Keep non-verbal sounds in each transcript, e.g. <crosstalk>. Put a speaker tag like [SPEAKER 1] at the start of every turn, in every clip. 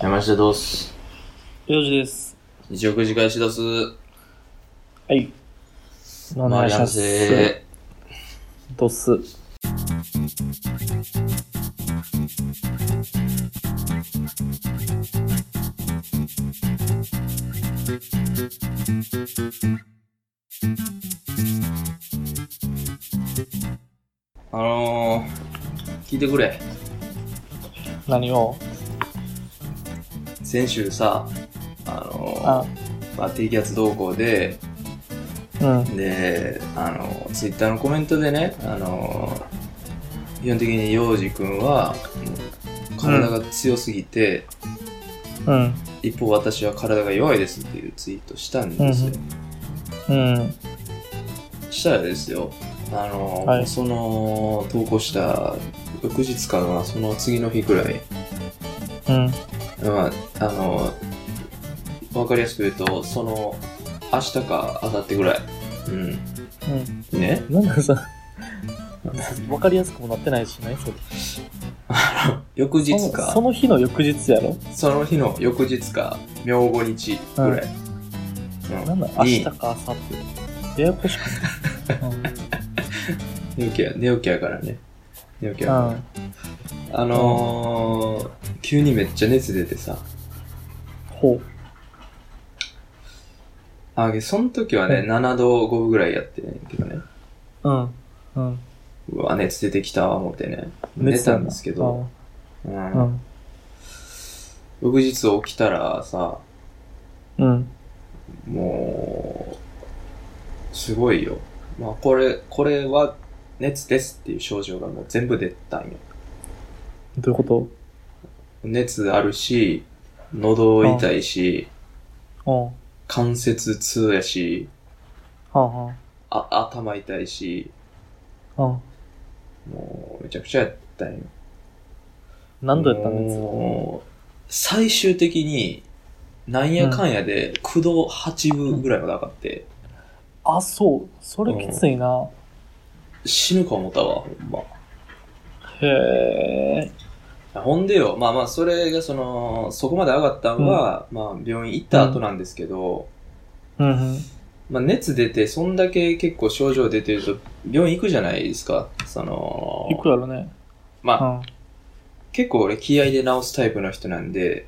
[SPEAKER 1] 山下どうす。
[SPEAKER 2] よじです。
[SPEAKER 1] 一億次返し出す。
[SPEAKER 2] はい。お願いします。
[SPEAKER 1] せ。
[SPEAKER 2] ドス。
[SPEAKER 1] あのー、聞いてくれ。
[SPEAKER 2] 何を
[SPEAKER 1] 先週さ、あのー、
[SPEAKER 2] あ、
[SPEAKER 1] まあ、低気圧動向で、
[SPEAKER 2] うん。
[SPEAKER 1] で、あのー、ツイッターのコメントでね、あのー、基本的に洋二くんは、うん体が強すぎて、
[SPEAKER 2] うん。
[SPEAKER 1] 一方私は体が弱いですっていうツイートしたんですよ。
[SPEAKER 2] うん。
[SPEAKER 1] したらですよ、あのー、
[SPEAKER 2] はい
[SPEAKER 1] その投稿した翌日かな、その次の日くらい、
[SPEAKER 2] うん。
[SPEAKER 1] まあ、あの、わかりやすく言うと、その、明日か明後日ぐらい。うん。ね
[SPEAKER 2] うん。なんださ、 <laughs> わかりやすくもなってないしね、それ
[SPEAKER 1] 翌
[SPEAKER 2] そ
[SPEAKER 1] 日
[SPEAKER 2] の
[SPEAKER 1] か
[SPEAKER 2] そ、の日の翌日やろ
[SPEAKER 1] その日の翌日か、明後日ぐらい。
[SPEAKER 2] なんだ、
[SPEAKER 1] う
[SPEAKER 2] 明
[SPEAKER 1] ん。
[SPEAKER 2] 日
[SPEAKER 1] に
[SPEAKER 2] か明後日。ややこしくない。
[SPEAKER 1] 寝起きや、寝起きやからね。寝起き
[SPEAKER 2] う
[SPEAKER 1] や
[SPEAKER 2] ん。
[SPEAKER 1] か
[SPEAKER 2] うん。
[SPEAKER 1] ら。あのー、急にめっちゃ熱出てさ。
[SPEAKER 2] ほう。
[SPEAKER 1] あ、その時はね、
[SPEAKER 2] うん
[SPEAKER 1] 7度5分ぐらいやってんけどね。
[SPEAKER 2] うん。うん。
[SPEAKER 1] うわ、熱出てきたわ、思ってね。寝たんですけど。う。
[SPEAKER 2] うんん。
[SPEAKER 1] 翌日起きたらさ、
[SPEAKER 2] うん。
[SPEAKER 1] もう、すごいよ。まあ、これ、これは熱ですっていう症状がもう全部出たんよ。
[SPEAKER 2] どういうこ
[SPEAKER 1] 熱あるし、喉痛いし、
[SPEAKER 2] とうん。は
[SPEAKER 1] 関節痛やし、
[SPEAKER 2] あは
[SPEAKER 1] あ、頭痛いし、
[SPEAKER 2] あ。うん。
[SPEAKER 1] もうめちゃくちゃやったんよ。
[SPEAKER 2] 何度やったんです
[SPEAKER 1] もう最終的に、なんやかんやで、9度8分ぐらいまで上がって、
[SPEAKER 2] あ、そう。それきついな。
[SPEAKER 1] 死ぬか思ったわ、ほんま。
[SPEAKER 2] へえ。
[SPEAKER 1] ほんでよ、まあまあ、それがその、そこまで上がったのは、まあ、病院行った後なんですけど、
[SPEAKER 2] うんうん。
[SPEAKER 1] まあ、熱出て、そんだけ結構症状出てると、病院行くじゃないですか。その、
[SPEAKER 2] いくやろね。
[SPEAKER 1] まあ、
[SPEAKER 2] う
[SPEAKER 1] 結構俺、気合で治すタイプの人なんで、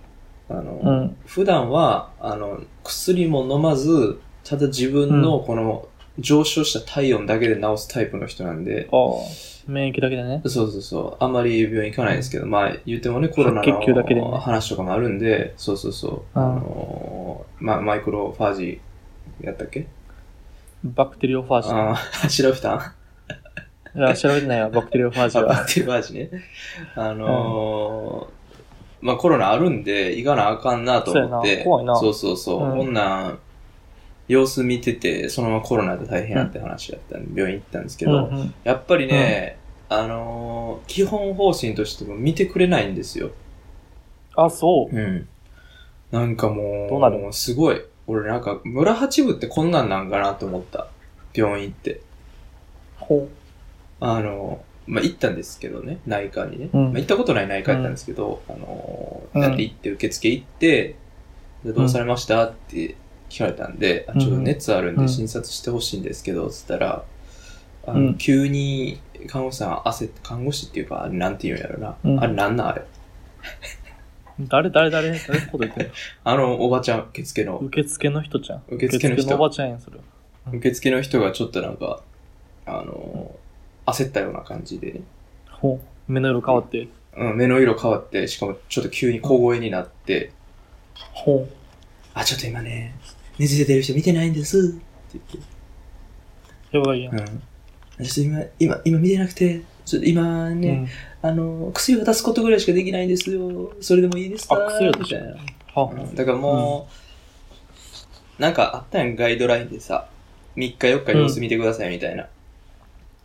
[SPEAKER 1] あの、
[SPEAKER 2] ん。うん。
[SPEAKER 1] 普段は、あの、薬も飲まず、ただ自分のこの、上昇した体温だけで治すタイプの人なんで、
[SPEAKER 2] ああ。免疫だけでね。
[SPEAKER 1] そうそうそう。あんまり病院行かないんですけど、まあ言ってもね、コロナ
[SPEAKER 2] 白血球だけでね
[SPEAKER 1] の話とかもあるんで、そうそうそう。
[SPEAKER 2] うん
[SPEAKER 1] あのーまあマイクロファージやったっけ
[SPEAKER 2] バクテリオファージ。
[SPEAKER 1] ああ、白フタンあ
[SPEAKER 2] いや、調べてないわ、バクテリオファージ
[SPEAKER 1] バ
[SPEAKER 2] は。
[SPEAKER 1] クテリファージね。あのーまあコロナあるんで、行かなあかんなと思っ
[SPEAKER 2] そうや
[SPEAKER 1] て。
[SPEAKER 2] な怖いな
[SPEAKER 1] そうそうそう。
[SPEAKER 2] うん
[SPEAKER 1] こんなん、様子見てて、そのままコロナで大変やって話だったんで、病院行ったんですけ
[SPEAKER 2] う
[SPEAKER 1] ど、
[SPEAKER 2] んうん。
[SPEAKER 1] やっぱりね、あのー基本方針としても見てくれないんですよ。
[SPEAKER 2] あ、そう。
[SPEAKER 1] うん。なんかもう、
[SPEAKER 2] どうなる
[SPEAKER 1] もうすごい。俺なんか、村八部ってこんなんなんかなと思った。病院って。
[SPEAKER 2] ほ
[SPEAKER 1] あの、まあ、行ったんですけどね、内科にね。
[SPEAKER 2] うん
[SPEAKER 1] まあ、行ったことない内科やったんですけど、あのー、
[SPEAKER 2] うん
[SPEAKER 1] だって行って、受付行って、でどうされましたって聞かれたんで、あ、ちょっと熱あるん
[SPEAKER 2] う
[SPEAKER 1] で
[SPEAKER 2] ん
[SPEAKER 1] 診察してほしいんですけど、つったら、あ
[SPEAKER 2] う
[SPEAKER 1] の、
[SPEAKER 2] ん
[SPEAKER 1] 急に看護師さん焦って、看護師っていうか、あれなんて言うんやろな。
[SPEAKER 2] うん
[SPEAKER 1] あれなんなんあれ。
[SPEAKER 2] う。誰、誰、誰、誰のこと言ってんの
[SPEAKER 1] あの、おばちゃん、受付の。
[SPEAKER 2] 受付の人じゃん。
[SPEAKER 1] 受付の人
[SPEAKER 2] おばちゃんやん、それ。
[SPEAKER 1] 受付の人がちょっとなんか、あの焦ったような感じでね、
[SPEAKER 2] ほう。目の色変わって。
[SPEAKER 1] うん、目の色変わって、しかもちょっと急に小声になって、
[SPEAKER 2] ほ
[SPEAKER 1] あ、ちょっと今ね、熱出てる人見てないんですって
[SPEAKER 2] う。やばいやん。
[SPEAKER 1] 言って、うん、ちょっと今、今、今見てなくて、ちょっと今ね、あの薬を出すことぐらいしかできないんですよ、それでもいいですか
[SPEAKER 2] あ薬を出
[SPEAKER 1] み
[SPEAKER 2] したた
[SPEAKER 1] いな。
[SPEAKER 2] うん。
[SPEAKER 1] う
[SPEAKER 2] は
[SPEAKER 1] んだからもう、なんかあったやん、ガイドラインでさ、3日4日様子見てくださいみたいな。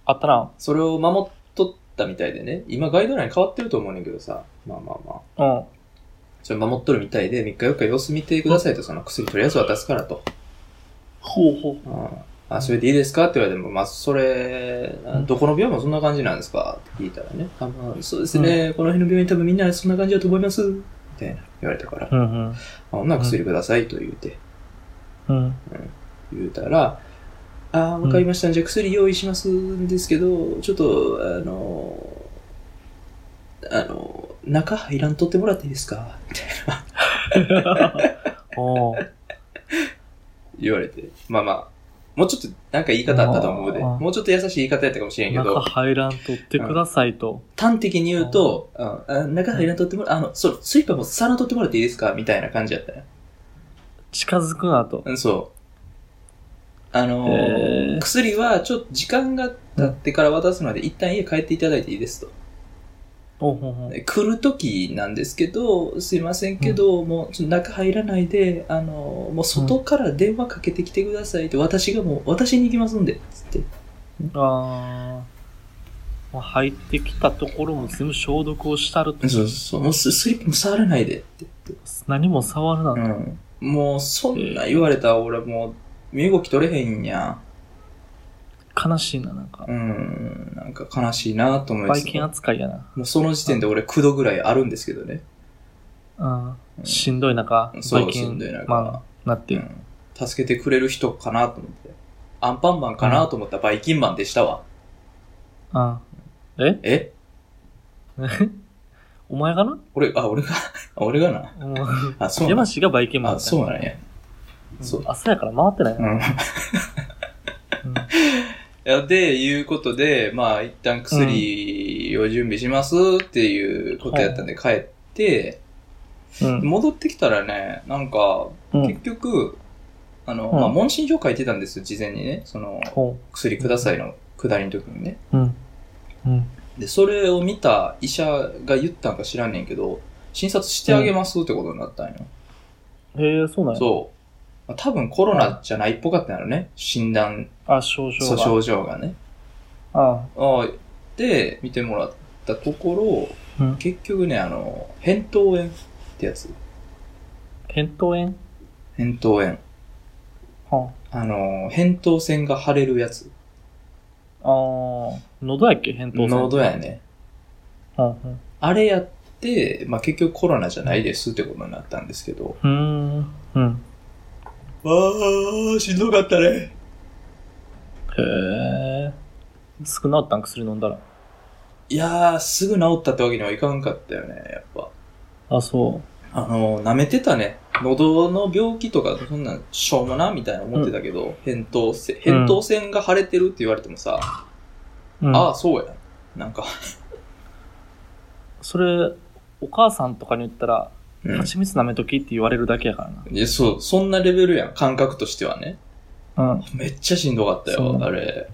[SPEAKER 2] あったな。
[SPEAKER 1] それを守っとったみたいでね、今ガイドライン変わってると思うねんけどさ、まあまあまあ、
[SPEAKER 2] うん。
[SPEAKER 1] それ守っとるみたいで、3日4日様子見てくださいと、その薬とりあえず渡すからと。
[SPEAKER 2] ほうほう。
[SPEAKER 1] うんあ、それでいいですかって言われても、まあ、それ、あどこの病院もそんな感じなんですかって聞いたらね、あまあ、そうですね、この辺の病院多分みんなそんな感じだと思います。って言われたから、
[SPEAKER 2] うんうん。
[SPEAKER 1] あ、女は薬くださいと言うて、
[SPEAKER 2] うん。
[SPEAKER 1] 言うたら、ああ、わかりました、じゃあ薬用意しますんですけど、ちょっと、あの、あの、中入らんとってもらっていいですかって
[SPEAKER 2] おー
[SPEAKER 1] 言われて、まあまあ、もうちょっとなんか言い方あったと思うで、
[SPEAKER 2] あー
[SPEAKER 1] もうちょっと優しい言い方やったかもしれんけ
[SPEAKER 2] 中
[SPEAKER 1] ど、
[SPEAKER 2] 入らんとってくださいと。
[SPEAKER 1] 端的に言うと、ああ中入らんとってもら、あの、そう、スイカも皿取ってもらっていいですかみたいな感じやったね。
[SPEAKER 2] 近づくなと。
[SPEAKER 1] うん、そう。あのー
[SPEAKER 2] へー
[SPEAKER 1] 薬はちょっと時間が経ってから渡すので、一旦家帰っていただいていいですと。
[SPEAKER 2] おほほ。
[SPEAKER 1] で来る時なんですけど、すいませんけど、もうちょっと中入らないで、あのーもう外から電話かけてきてくださいって、私がもう、私に行きますんで、つって。
[SPEAKER 2] あーまあ。入ってきたところも全部消毒をしたると。
[SPEAKER 1] そうそう、もうススリップも触らないでって言って。
[SPEAKER 2] 何も触るなと。
[SPEAKER 1] うん。もう、そんな言われたら俺もう、身動き取れへんや
[SPEAKER 2] 悲しいな、なんか
[SPEAKER 1] ん。う。ん、なんか悲しいなと思いま
[SPEAKER 2] バ
[SPEAKER 1] す
[SPEAKER 2] イ。キン扱いやな。
[SPEAKER 1] もうその時点で俺9度ぐらいあるんですけどね。
[SPEAKER 2] うん
[SPEAKER 1] うん
[SPEAKER 2] しんどい中、
[SPEAKER 1] そ
[SPEAKER 2] バイ
[SPEAKER 1] う、
[SPEAKER 2] キ
[SPEAKER 1] しん
[SPEAKER 2] ン
[SPEAKER 1] どい、中、
[SPEAKER 2] まあ、なって
[SPEAKER 1] う。ん助けてくれる人かなと思って。アンパンマンかなと思ったらバイキンマンでしたわ。
[SPEAKER 2] あえ <laughs>
[SPEAKER 1] え
[SPEAKER 2] お前がな
[SPEAKER 1] 俺、あ、俺が <laughs> あ俺がな。
[SPEAKER 2] うん
[SPEAKER 1] あ、そうな
[SPEAKER 2] 山
[SPEAKER 1] ん
[SPEAKER 2] 氏がバイキンマン
[SPEAKER 1] あ、
[SPEAKER 2] だった
[SPEAKER 1] そうなんや。
[SPEAKER 2] うん
[SPEAKER 1] そう
[SPEAKER 2] 朝やから回ってないな。
[SPEAKER 1] うん。 <laughs> いやで、いうことで、まあ、一旦薬を準備しますっていうことやったんで帰って、
[SPEAKER 2] うん
[SPEAKER 1] 戻ってきたらね、なんか、
[SPEAKER 2] うん
[SPEAKER 1] 結局、あの、
[SPEAKER 2] うん
[SPEAKER 1] まあ、問診票書いてたんですよ、事前にね。その、
[SPEAKER 2] ほう
[SPEAKER 1] 薬くださいのくだりの時にね。
[SPEAKER 2] うん。うん。
[SPEAKER 1] で、それを見た医者が言ったんか知らんねんけど、診察してあげますってことになったんよ。
[SPEAKER 2] へえ、そうなんや。
[SPEAKER 1] そう。まあ多分コロナじゃないっぽかったんやろね。診断、
[SPEAKER 2] あ、症状
[SPEAKER 1] そう
[SPEAKER 2] が。
[SPEAKER 1] 症状がね。
[SPEAKER 2] あ
[SPEAKER 1] ああで、見てもらったところ、
[SPEAKER 2] うん
[SPEAKER 1] 結局ね、あの、扁桃炎ってやつ。
[SPEAKER 2] 扁桃炎
[SPEAKER 1] 扁桃炎。
[SPEAKER 2] は
[SPEAKER 1] あの、扁桃腺が腫れるやつ。
[SPEAKER 2] あ。ああ。喉やっけ扁桃腺。
[SPEAKER 1] 喉やね。
[SPEAKER 2] うん。
[SPEAKER 1] あれやって、まあ、結局コロナじゃないですってことになったんですけど。
[SPEAKER 2] うん。うん。
[SPEAKER 1] ああ、しんどかったね。
[SPEAKER 2] へえ。すぐ治ったん薬飲んだら。
[SPEAKER 1] いやー、すぐ治ったってわけにはいかんかったよね、やっぱ。
[SPEAKER 2] あ、そ
[SPEAKER 1] あの、舐めてたね。喉の病気とか、そんなん、しょうもな、みたいな思ってたけど、扁桃腺、
[SPEAKER 2] うん
[SPEAKER 1] 扁桃腺が腫れてるって言われてもさ、
[SPEAKER 2] う。うん
[SPEAKER 1] ああ、そうや。なんか、
[SPEAKER 2] それ、お母さんとかに言ったら、
[SPEAKER 1] うん
[SPEAKER 2] 蜂蜜舐めときって言われるだけやから
[SPEAKER 1] いやそう、そんなレベルやん、感覚としてはね。
[SPEAKER 2] な。うん。
[SPEAKER 1] めっちゃしんどかった
[SPEAKER 2] そう
[SPEAKER 1] よ
[SPEAKER 2] な、の
[SPEAKER 1] あれ。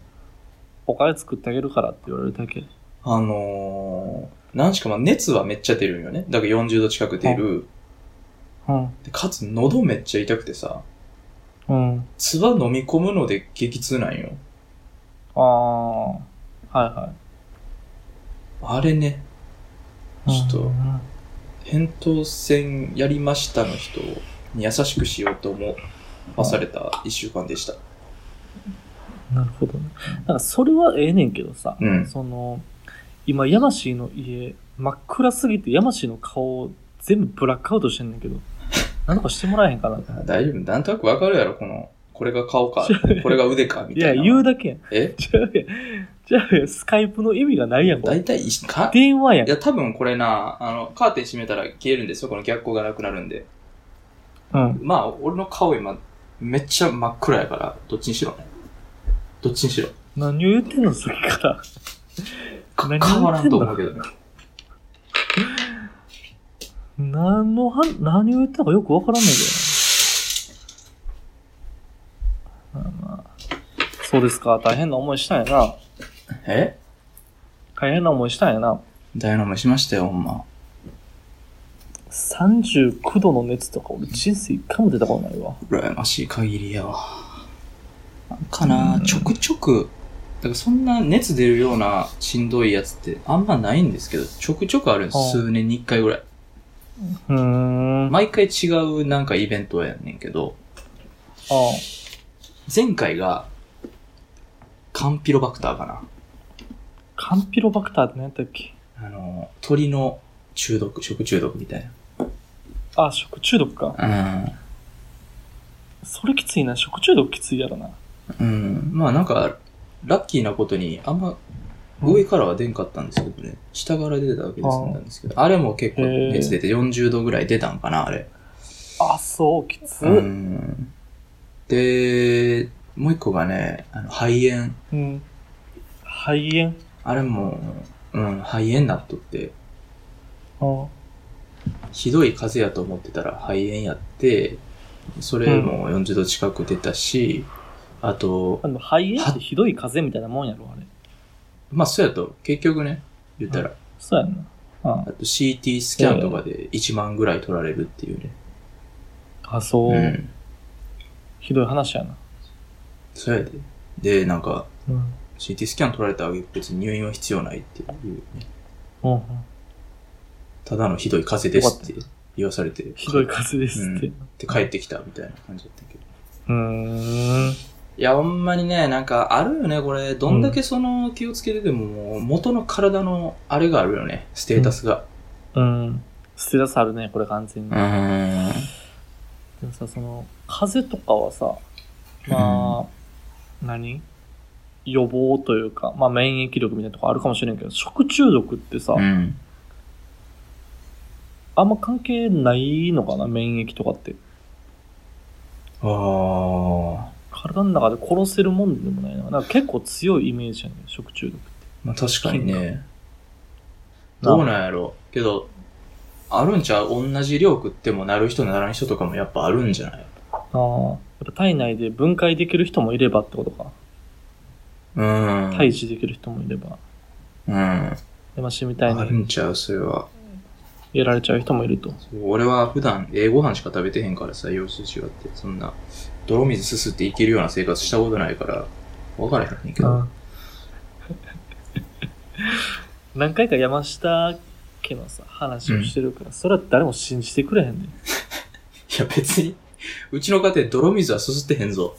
[SPEAKER 2] お金作ってあげるからって言われるだけ。
[SPEAKER 1] あのー、なんしかまあ熱はめっちゃ出るんよね。だから40度近く出る。
[SPEAKER 2] うん。
[SPEAKER 1] でかつ喉めっちゃ痛くてさ、
[SPEAKER 2] うん。
[SPEAKER 1] 唾飲み込むので激痛なんよ。
[SPEAKER 2] ああ。はいは
[SPEAKER 1] あれね、
[SPEAKER 2] い。
[SPEAKER 1] ちょっと
[SPEAKER 2] うん
[SPEAKER 1] 扁桃腺やりましたの人に優しくしようと思わされた一週間でした。
[SPEAKER 2] なるほどね。なんかそれはええねんけどさ、
[SPEAKER 1] うん
[SPEAKER 2] その、今、ヤマシーの家、真っ暗すぎてヤマシーの顔全部ブラックアウトしてんねんけど、なんとかしてもらえへんかな。
[SPEAKER 1] あ大丈夫なんとなくわかるやろ、この、これが顔か、これが腕か、 <laughs> み
[SPEAKER 2] い
[SPEAKER 1] た
[SPEAKER 2] や、
[SPEAKER 1] いな。
[SPEAKER 2] 言うだけやん。 <laughs>
[SPEAKER 1] え
[SPEAKER 2] じゃあ、じゃあ、スカイプの意味がないやん、これ
[SPEAKER 1] 大体いいか、
[SPEAKER 2] 電話やん
[SPEAKER 1] い。や、多分これな、あの、カーテン閉めたら消えるんですよ、この逆光がなくなるんで。
[SPEAKER 2] うん。
[SPEAKER 1] まあ、俺の顔今、めっちゃ真っ暗やから、どっちにしろね。どっちにしろ。
[SPEAKER 2] 何を言ってんの、さっきから。 <laughs>
[SPEAKER 1] か
[SPEAKER 2] 何
[SPEAKER 1] 変わらんと思うけどね。
[SPEAKER 2] 何のは、何を言ったのかよくわからないけどな。まあまあそうですか。大変な思いしたんやな。
[SPEAKER 1] え
[SPEAKER 2] 大変な思いしたんやな。
[SPEAKER 1] ダイナモしましたよ、ほんま。
[SPEAKER 2] 39度の熱とか俺人生一回も出たことないわ。
[SPEAKER 1] 羨ましい限りやわ。なんかな、
[SPEAKER 2] うん
[SPEAKER 1] ちょくちょく、だからそんな熱出るようなしんどいやつってあんまないんですけど、ちょくちょくあるんです。
[SPEAKER 2] ああ
[SPEAKER 1] 数年に一回ぐらい。
[SPEAKER 2] うーん。あ
[SPEAKER 1] 毎回違うなんかイベントやんねんけど、
[SPEAKER 2] あ
[SPEAKER 1] 前回が、カンピロバクターかな。
[SPEAKER 2] カンピロバクターって何やったっけ
[SPEAKER 1] あの、鳥の中毒、食中毒みたいな。
[SPEAKER 2] あ、食中毒か。
[SPEAKER 1] う
[SPEAKER 2] それきついな。食中毒きついやろな。
[SPEAKER 1] ん。うん。まあなんか、ラッキーなことに、あんま、上からは出んかったんですけどね。下から出てたわけで済んだんですけど。あれも結構熱出て40度ぐらい出たんかな、あれ。
[SPEAKER 2] あ、そう、きつ。
[SPEAKER 1] う
[SPEAKER 2] うん。
[SPEAKER 1] ん。で、もう一個がね、あの肺炎。
[SPEAKER 2] 肺
[SPEAKER 1] あれも、うん、肺炎なっとって、
[SPEAKER 2] 炎。
[SPEAKER 1] ひどい風邪やと思ってたら肺炎やって、それも40度近く出たし、あと
[SPEAKER 2] あ、の肺炎ってひどい風邪みたいなもんやろ、あれ。
[SPEAKER 1] まあ、そうやと、結局ね、言ったら、
[SPEAKER 2] そうやんな。うん
[SPEAKER 1] あと CT スキャンとかで1万ぐらい取られるっていうね。
[SPEAKER 2] あ、そう、
[SPEAKER 1] うん。
[SPEAKER 2] ひどい話やな。
[SPEAKER 1] そうやで。で、なんか、
[SPEAKER 2] うん。
[SPEAKER 1] CT スキャン取られたら別に入院は必要ないっていう、ね、
[SPEAKER 2] うんうん。
[SPEAKER 1] ただのひどい風邪ですって言わされて、
[SPEAKER 2] ひどい風邪ですって。
[SPEAKER 1] うんで帰ってきたみたいな感じだったけど。
[SPEAKER 2] うーん。
[SPEAKER 1] いや、ほんまにね、なんかあるよね、これ。どんだけその気をつけてても、もう元の体のあれがあるよね、ステータスが。
[SPEAKER 2] うん。ステラスあるね、これ完全に。
[SPEAKER 1] うーん。
[SPEAKER 2] でもさ、その、風邪とかはさ、まあ、何予防というか、まあ免疫力みたいなとこあるかもしれんけど、食中毒ってさ、
[SPEAKER 1] うん。
[SPEAKER 2] あんま関係ないのかな、免疫とかって。
[SPEAKER 1] ああ。
[SPEAKER 2] 体の中で殺せるもんでもないな。なんか結構強いイメージやね食中毒って。
[SPEAKER 1] まあ確かに
[SPEAKER 2] 金
[SPEAKER 1] ね。どうなんやろう。けど、あるんちゃう同じ量食ってもなる人ならん人とかもやっぱあるんじゃない
[SPEAKER 2] ああ、やっぱ体内で分解できる人もいればってことか。
[SPEAKER 1] うん。
[SPEAKER 2] 退治できる人もいれば。
[SPEAKER 1] うん。
[SPEAKER 2] で、まあ死みたい
[SPEAKER 1] ある
[SPEAKER 2] に
[SPEAKER 1] んちゃうそれは。
[SPEAKER 2] やられちゃう人もいると。
[SPEAKER 1] 俺は普段、ええご飯しか食べてへんからさ、様子違って。そんな、泥水すすっていけるような生活したことないから、わからへんねんけど。
[SPEAKER 2] <laughs> 何回か山下家のさ、話をしてるから、それは誰も信じてくれへんねん。
[SPEAKER 1] いや別に、うちの家庭泥水はすすってへんぞ。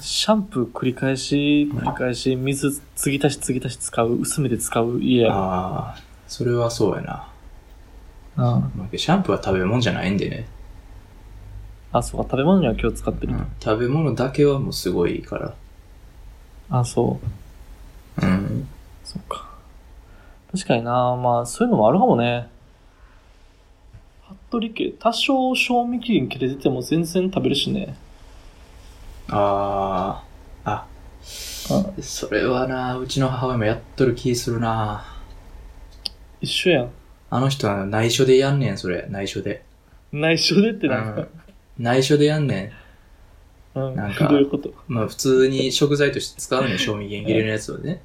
[SPEAKER 2] シャンプー繰り返し、繰り返し、水継ぎ足し継ぎ足し使う、薄めて使う家や。
[SPEAKER 1] ああ、それはそうやな。
[SPEAKER 2] うん
[SPEAKER 1] まあシャンプーは食べ物じゃないんでね。
[SPEAKER 2] あ、そうか、食べ物には気を使ってると。
[SPEAKER 1] 食べ物だけはもうすごいから。
[SPEAKER 2] あ、そう。
[SPEAKER 1] うん。
[SPEAKER 2] そうか。確かにな、まあ、そういうのもあるかもね。服部家、多少賞味期限切れてても全然食べるしね。
[SPEAKER 1] ああ、あ、それはな、うちの母親もやっとる気するな。
[SPEAKER 2] 一緒やん。
[SPEAKER 1] あの人は内緒でやんねん、それ。内緒で。
[SPEAKER 2] 内緒でって
[SPEAKER 1] う
[SPEAKER 2] なんか
[SPEAKER 1] ん、内緒でやんねん。
[SPEAKER 2] うん、
[SPEAKER 1] なんか
[SPEAKER 2] どういうこと
[SPEAKER 1] まあ普通に食材として使うねん、賞味期限切れのやつをね。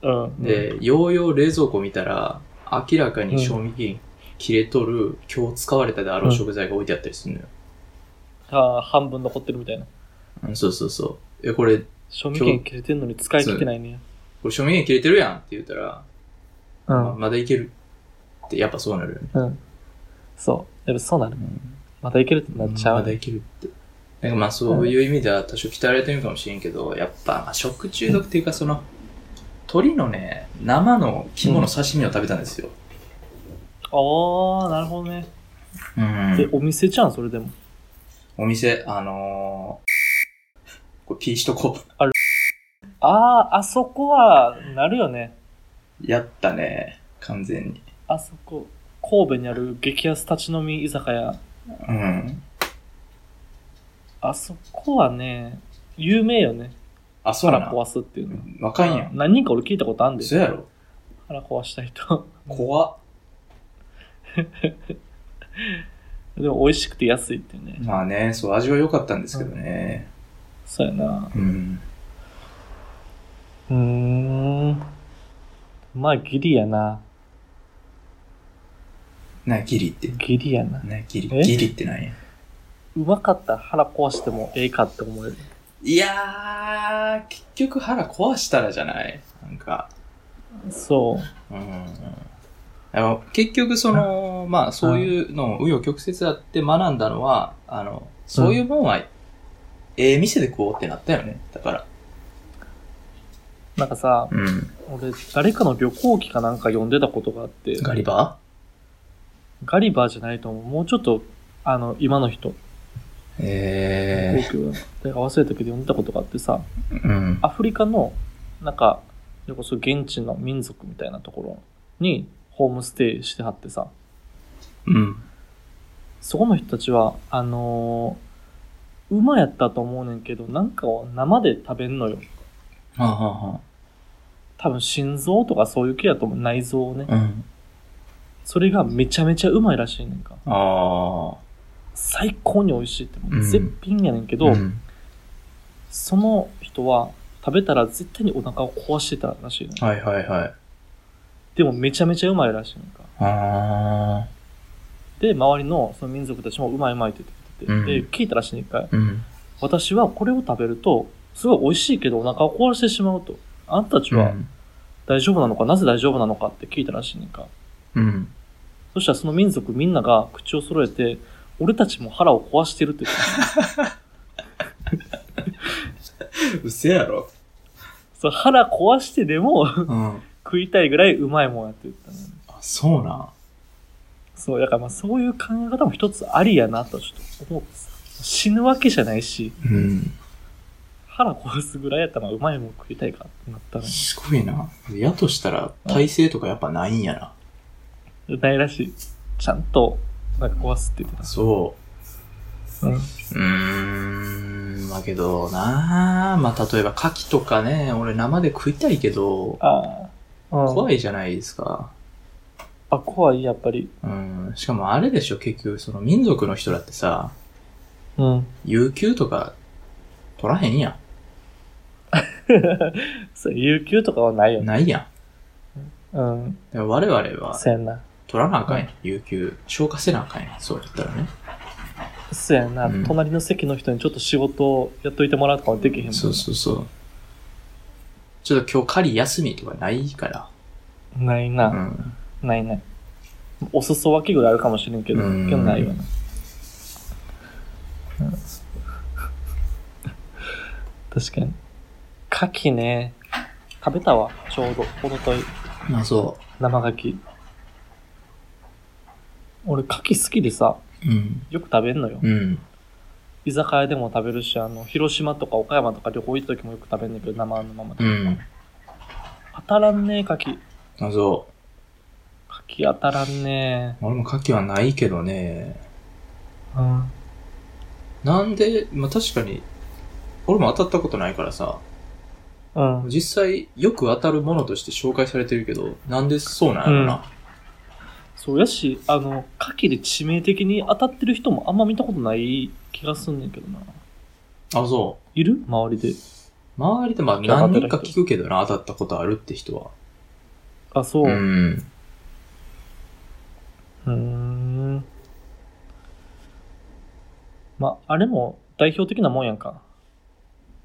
[SPEAKER 2] うん。
[SPEAKER 1] で、ようよう冷蔵庫見たら、明らかに賞味期限切れとる、今日使われたであろう食材が置いてあったりするのよ。
[SPEAKER 2] あー半分残ってるみたいな。
[SPEAKER 1] うん、そうそうそう。え、これ、こ
[SPEAKER 2] 賞味期限切れてんのに使い切ってないね。
[SPEAKER 1] れ賞味期限切れてるやんって言ったら、
[SPEAKER 2] う
[SPEAKER 1] まあ。まだいけるって、やっぱそうなるよね。
[SPEAKER 2] うん。そう。やっぱそうなる。またいけるってなっちゃ
[SPEAKER 1] ま
[SPEAKER 2] う。
[SPEAKER 1] だいけるって。なんかまあそういう意味では多少鍛えられてるかもしれんけど、やっぱまあ食中毒っていうかその、鳥のね、生の肝の刺身を食べたんですよ。
[SPEAKER 2] ああ、なるほどね。
[SPEAKER 1] うん
[SPEAKER 2] え、お店じゃん、それでも。
[SPEAKER 1] お店、あのー、これピーしとこう。 <laughs>
[SPEAKER 2] ああ、あそこは、なるよね。
[SPEAKER 1] やったね、完全に。
[SPEAKER 2] あそこ。神戸にある激安立ち飲み居酒屋。
[SPEAKER 1] うん。
[SPEAKER 2] あそこはね、有名よね。
[SPEAKER 1] あ、そうや
[SPEAKER 2] 腹
[SPEAKER 1] な。
[SPEAKER 2] 壊すっていうの。
[SPEAKER 1] わかんやん。
[SPEAKER 2] 何人か俺聞いたことあんで。
[SPEAKER 1] そうやろ。
[SPEAKER 2] 腹壊した人。
[SPEAKER 1] 怖っ。
[SPEAKER 2] でも美味しくて安いっていうね。
[SPEAKER 1] まあね、そう、味は良かったんですけどね。
[SPEAKER 2] そうやな。
[SPEAKER 1] うん。
[SPEAKER 2] うーん。まあ、ギリやな。
[SPEAKER 1] な、ギリって。
[SPEAKER 2] ギリやな。
[SPEAKER 1] ね、ギリ。
[SPEAKER 2] え
[SPEAKER 1] ギリってなんや。
[SPEAKER 2] うまかったら腹壊してもええかって思える。
[SPEAKER 1] いやー、結局腹壊したらじゃないなんか。
[SPEAKER 2] そ
[SPEAKER 1] うん。あの結局その、まあそういうのを紆余曲折あって学んだのは、あの、そういうもんは、ええ店で食おうってなったよね。だから。
[SPEAKER 2] う。なんかさ、
[SPEAKER 1] うん。
[SPEAKER 2] 俺、誰かの旅行記かなんか読んでたことがあって、
[SPEAKER 1] ガリバ
[SPEAKER 2] ガリバーじゃないと思う。もうちょっと、あの、今の人、
[SPEAKER 1] え
[SPEAKER 2] 僕で忘れたけど読んだことがあってさ、
[SPEAKER 1] えうん。
[SPEAKER 2] アフリカの、なんか、それこそ現地の民族みたいなところにホームステイしてはってさ、
[SPEAKER 1] うん。
[SPEAKER 2] そこの人たちは、あのー馬やったと思うねんけど、なんかを生で食べんのよ。
[SPEAKER 1] はあ、は
[SPEAKER 2] 多分心臓とかそういう系やと思う。内臓をね
[SPEAKER 1] あ、。はあ。うん。
[SPEAKER 2] それがめちゃめちゃうまいらしいねんか。
[SPEAKER 1] ああ。
[SPEAKER 2] 最高に美味しいって。もううん絶品やねんけど、
[SPEAKER 1] ん、
[SPEAKER 2] その人は食べたら絶対にお腹を壊してたらしいのよ。
[SPEAKER 1] はいはいはい。
[SPEAKER 2] でもめちゃめちゃうまいらしいねんか。
[SPEAKER 1] ああ。
[SPEAKER 2] で、周りのその民族たちもうまいうまいって言ってて、
[SPEAKER 1] うん
[SPEAKER 2] で、聞いたらしいねん一回。
[SPEAKER 1] うん。
[SPEAKER 2] 私はこれを食べると、すごい美味しいけどお腹を壊してしまうと。あんたたちは大丈夫なのか、なぜ大丈夫なのかって聞いたらしいねんか。
[SPEAKER 1] うん。
[SPEAKER 2] そしたらその民族みんなが口を揃えて、俺たちも腹を壊してるって
[SPEAKER 1] <laughs>
[SPEAKER 2] 言ってた
[SPEAKER 1] うせやろ。
[SPEAKER 2] そう腹壊してでも <laughs>
[SPEAKER 1] うん。
[SPEAKER 2] 食いたいぐらいうまいもんやって言ったのよね。
[SPEAKER 1] あ、そうなん。
[SPEAKER 2] そう、だからまあそういう考え方も一つありやなとちょっと思うさ。死ぬわけじゃないし、
[SPEAKER 1] うん。
[SPEAKER 2] 腹壊すぐらいやったらまあうまいもん食いたいかってなったら、
[SPEAKER 1] すごいな。やとしたら、体勢とかやっぱないんやな。
[SPEAKER 2] ないらしい。ちゃんと、なんか壊すって言って
[SPEAKER 1] そ
[SPEAKER 2] た。うん。
[SPEAKER 1] う。うーん。まあけどなまあ例えば牡蠣とかね、俺生で食いたいけど、
[SPEAKER 2] ああ。うん、
[SPEAKER 1] 怖
[SPEAKER 2] い。
[SPEAKER 1] いじゃないですか。
[SPEAKER 2] あ、怖い、やっぱり。
[SPEAKER 1] うん。しかもあれでしょ、結局、その民族の人だってさ、
[SPEAKER 2] うん。
[SPEAKER 1] 有給とか取らへんや
[SPEAKER 2] <laughs> そう、有給とかはないよ
[SPEAKER 1] ん。
[SPEAKER 2] ね。
[SPEAKER 1] ないやん。
[SPEAKER 2] うん。
[SPEAKER 1] だから我々は
[SPEAKER 2] せやんな。
[SPEAKER 1] 取らなあかんやん。有給。消化せなあかんやん。そう言ったらね。
[SPEAKER 2] そうやな、
[SPEAKER 1] うん
[SPEAKER 2] 隣の席の人にちょっと仕事をやっといてもらうとかもできへんもんな
[SPEAKER 1] そうそうそう。ちょっと今日仮休みとかないか
[SPEAKER 2] ない
[SPEAKER 1] ら。
[SPEAKER 2] な、
[SPEAKER 1] ん。
[SPEAKER 2] ないない。お裾分けぐらいあるかもしれんけど、
[SPEAKER 1] うん
[SPEAKER 2] 今日ないよな。確かに。牡蠣ね、食べたわ、ちょうど、おととい、
[SPEAKER 1] まあそ
[SPEAKER 2] 生牡蠣。俺、牡蠣好きでさ、
[SPEAKER 1] う。うん。
[SPEAKER 2] よく食べんのよ。
[SPEAKER 1] うん。
[SPEAKER 2] 居酒屋でも食べるし、あの、広島とか岡山とか旅行行った時もよく食べんねんけど、生のままで。
[SPEAKER 1] うん。
[SPEAKER 2] 当たらんねえ、牡蠣。
[SPEAKER 1] まあそ
[SPEAKER 2] 柿当たらんね
[SPEAKER 1] う。俺も牡蠣はないけどね。
[SPEAKER 2] うん。
[SPEAKER 1] なんで、まあ確かに、俺も当たったことないからさ、
[SPEAKER 2] うん。
[SPEAKER 1] 実際よく当たるものとして紹介されてるけど、なんでそうなんやろな。
[SPEAKER 2] そうやし、あの、牡蠣で致命的に当たってる人もあんま見たことない気がすんねんけどな。
[SPEAKER 1] あ、そう。
[SPEAKER 2] いる周りで。
[SPEAKER 1] 周りで、まあ
[SPEAKER 2] 牡蠣当たっ
[SPEAKER 1] 何
[SPEAKER 2] てる人
[SPEAKER 1] 人か聞くけどな、当たったことあるって人は。。
[SPEAKER 2] あ、そう。うんーん。ま、あれも代表的なもんやんか。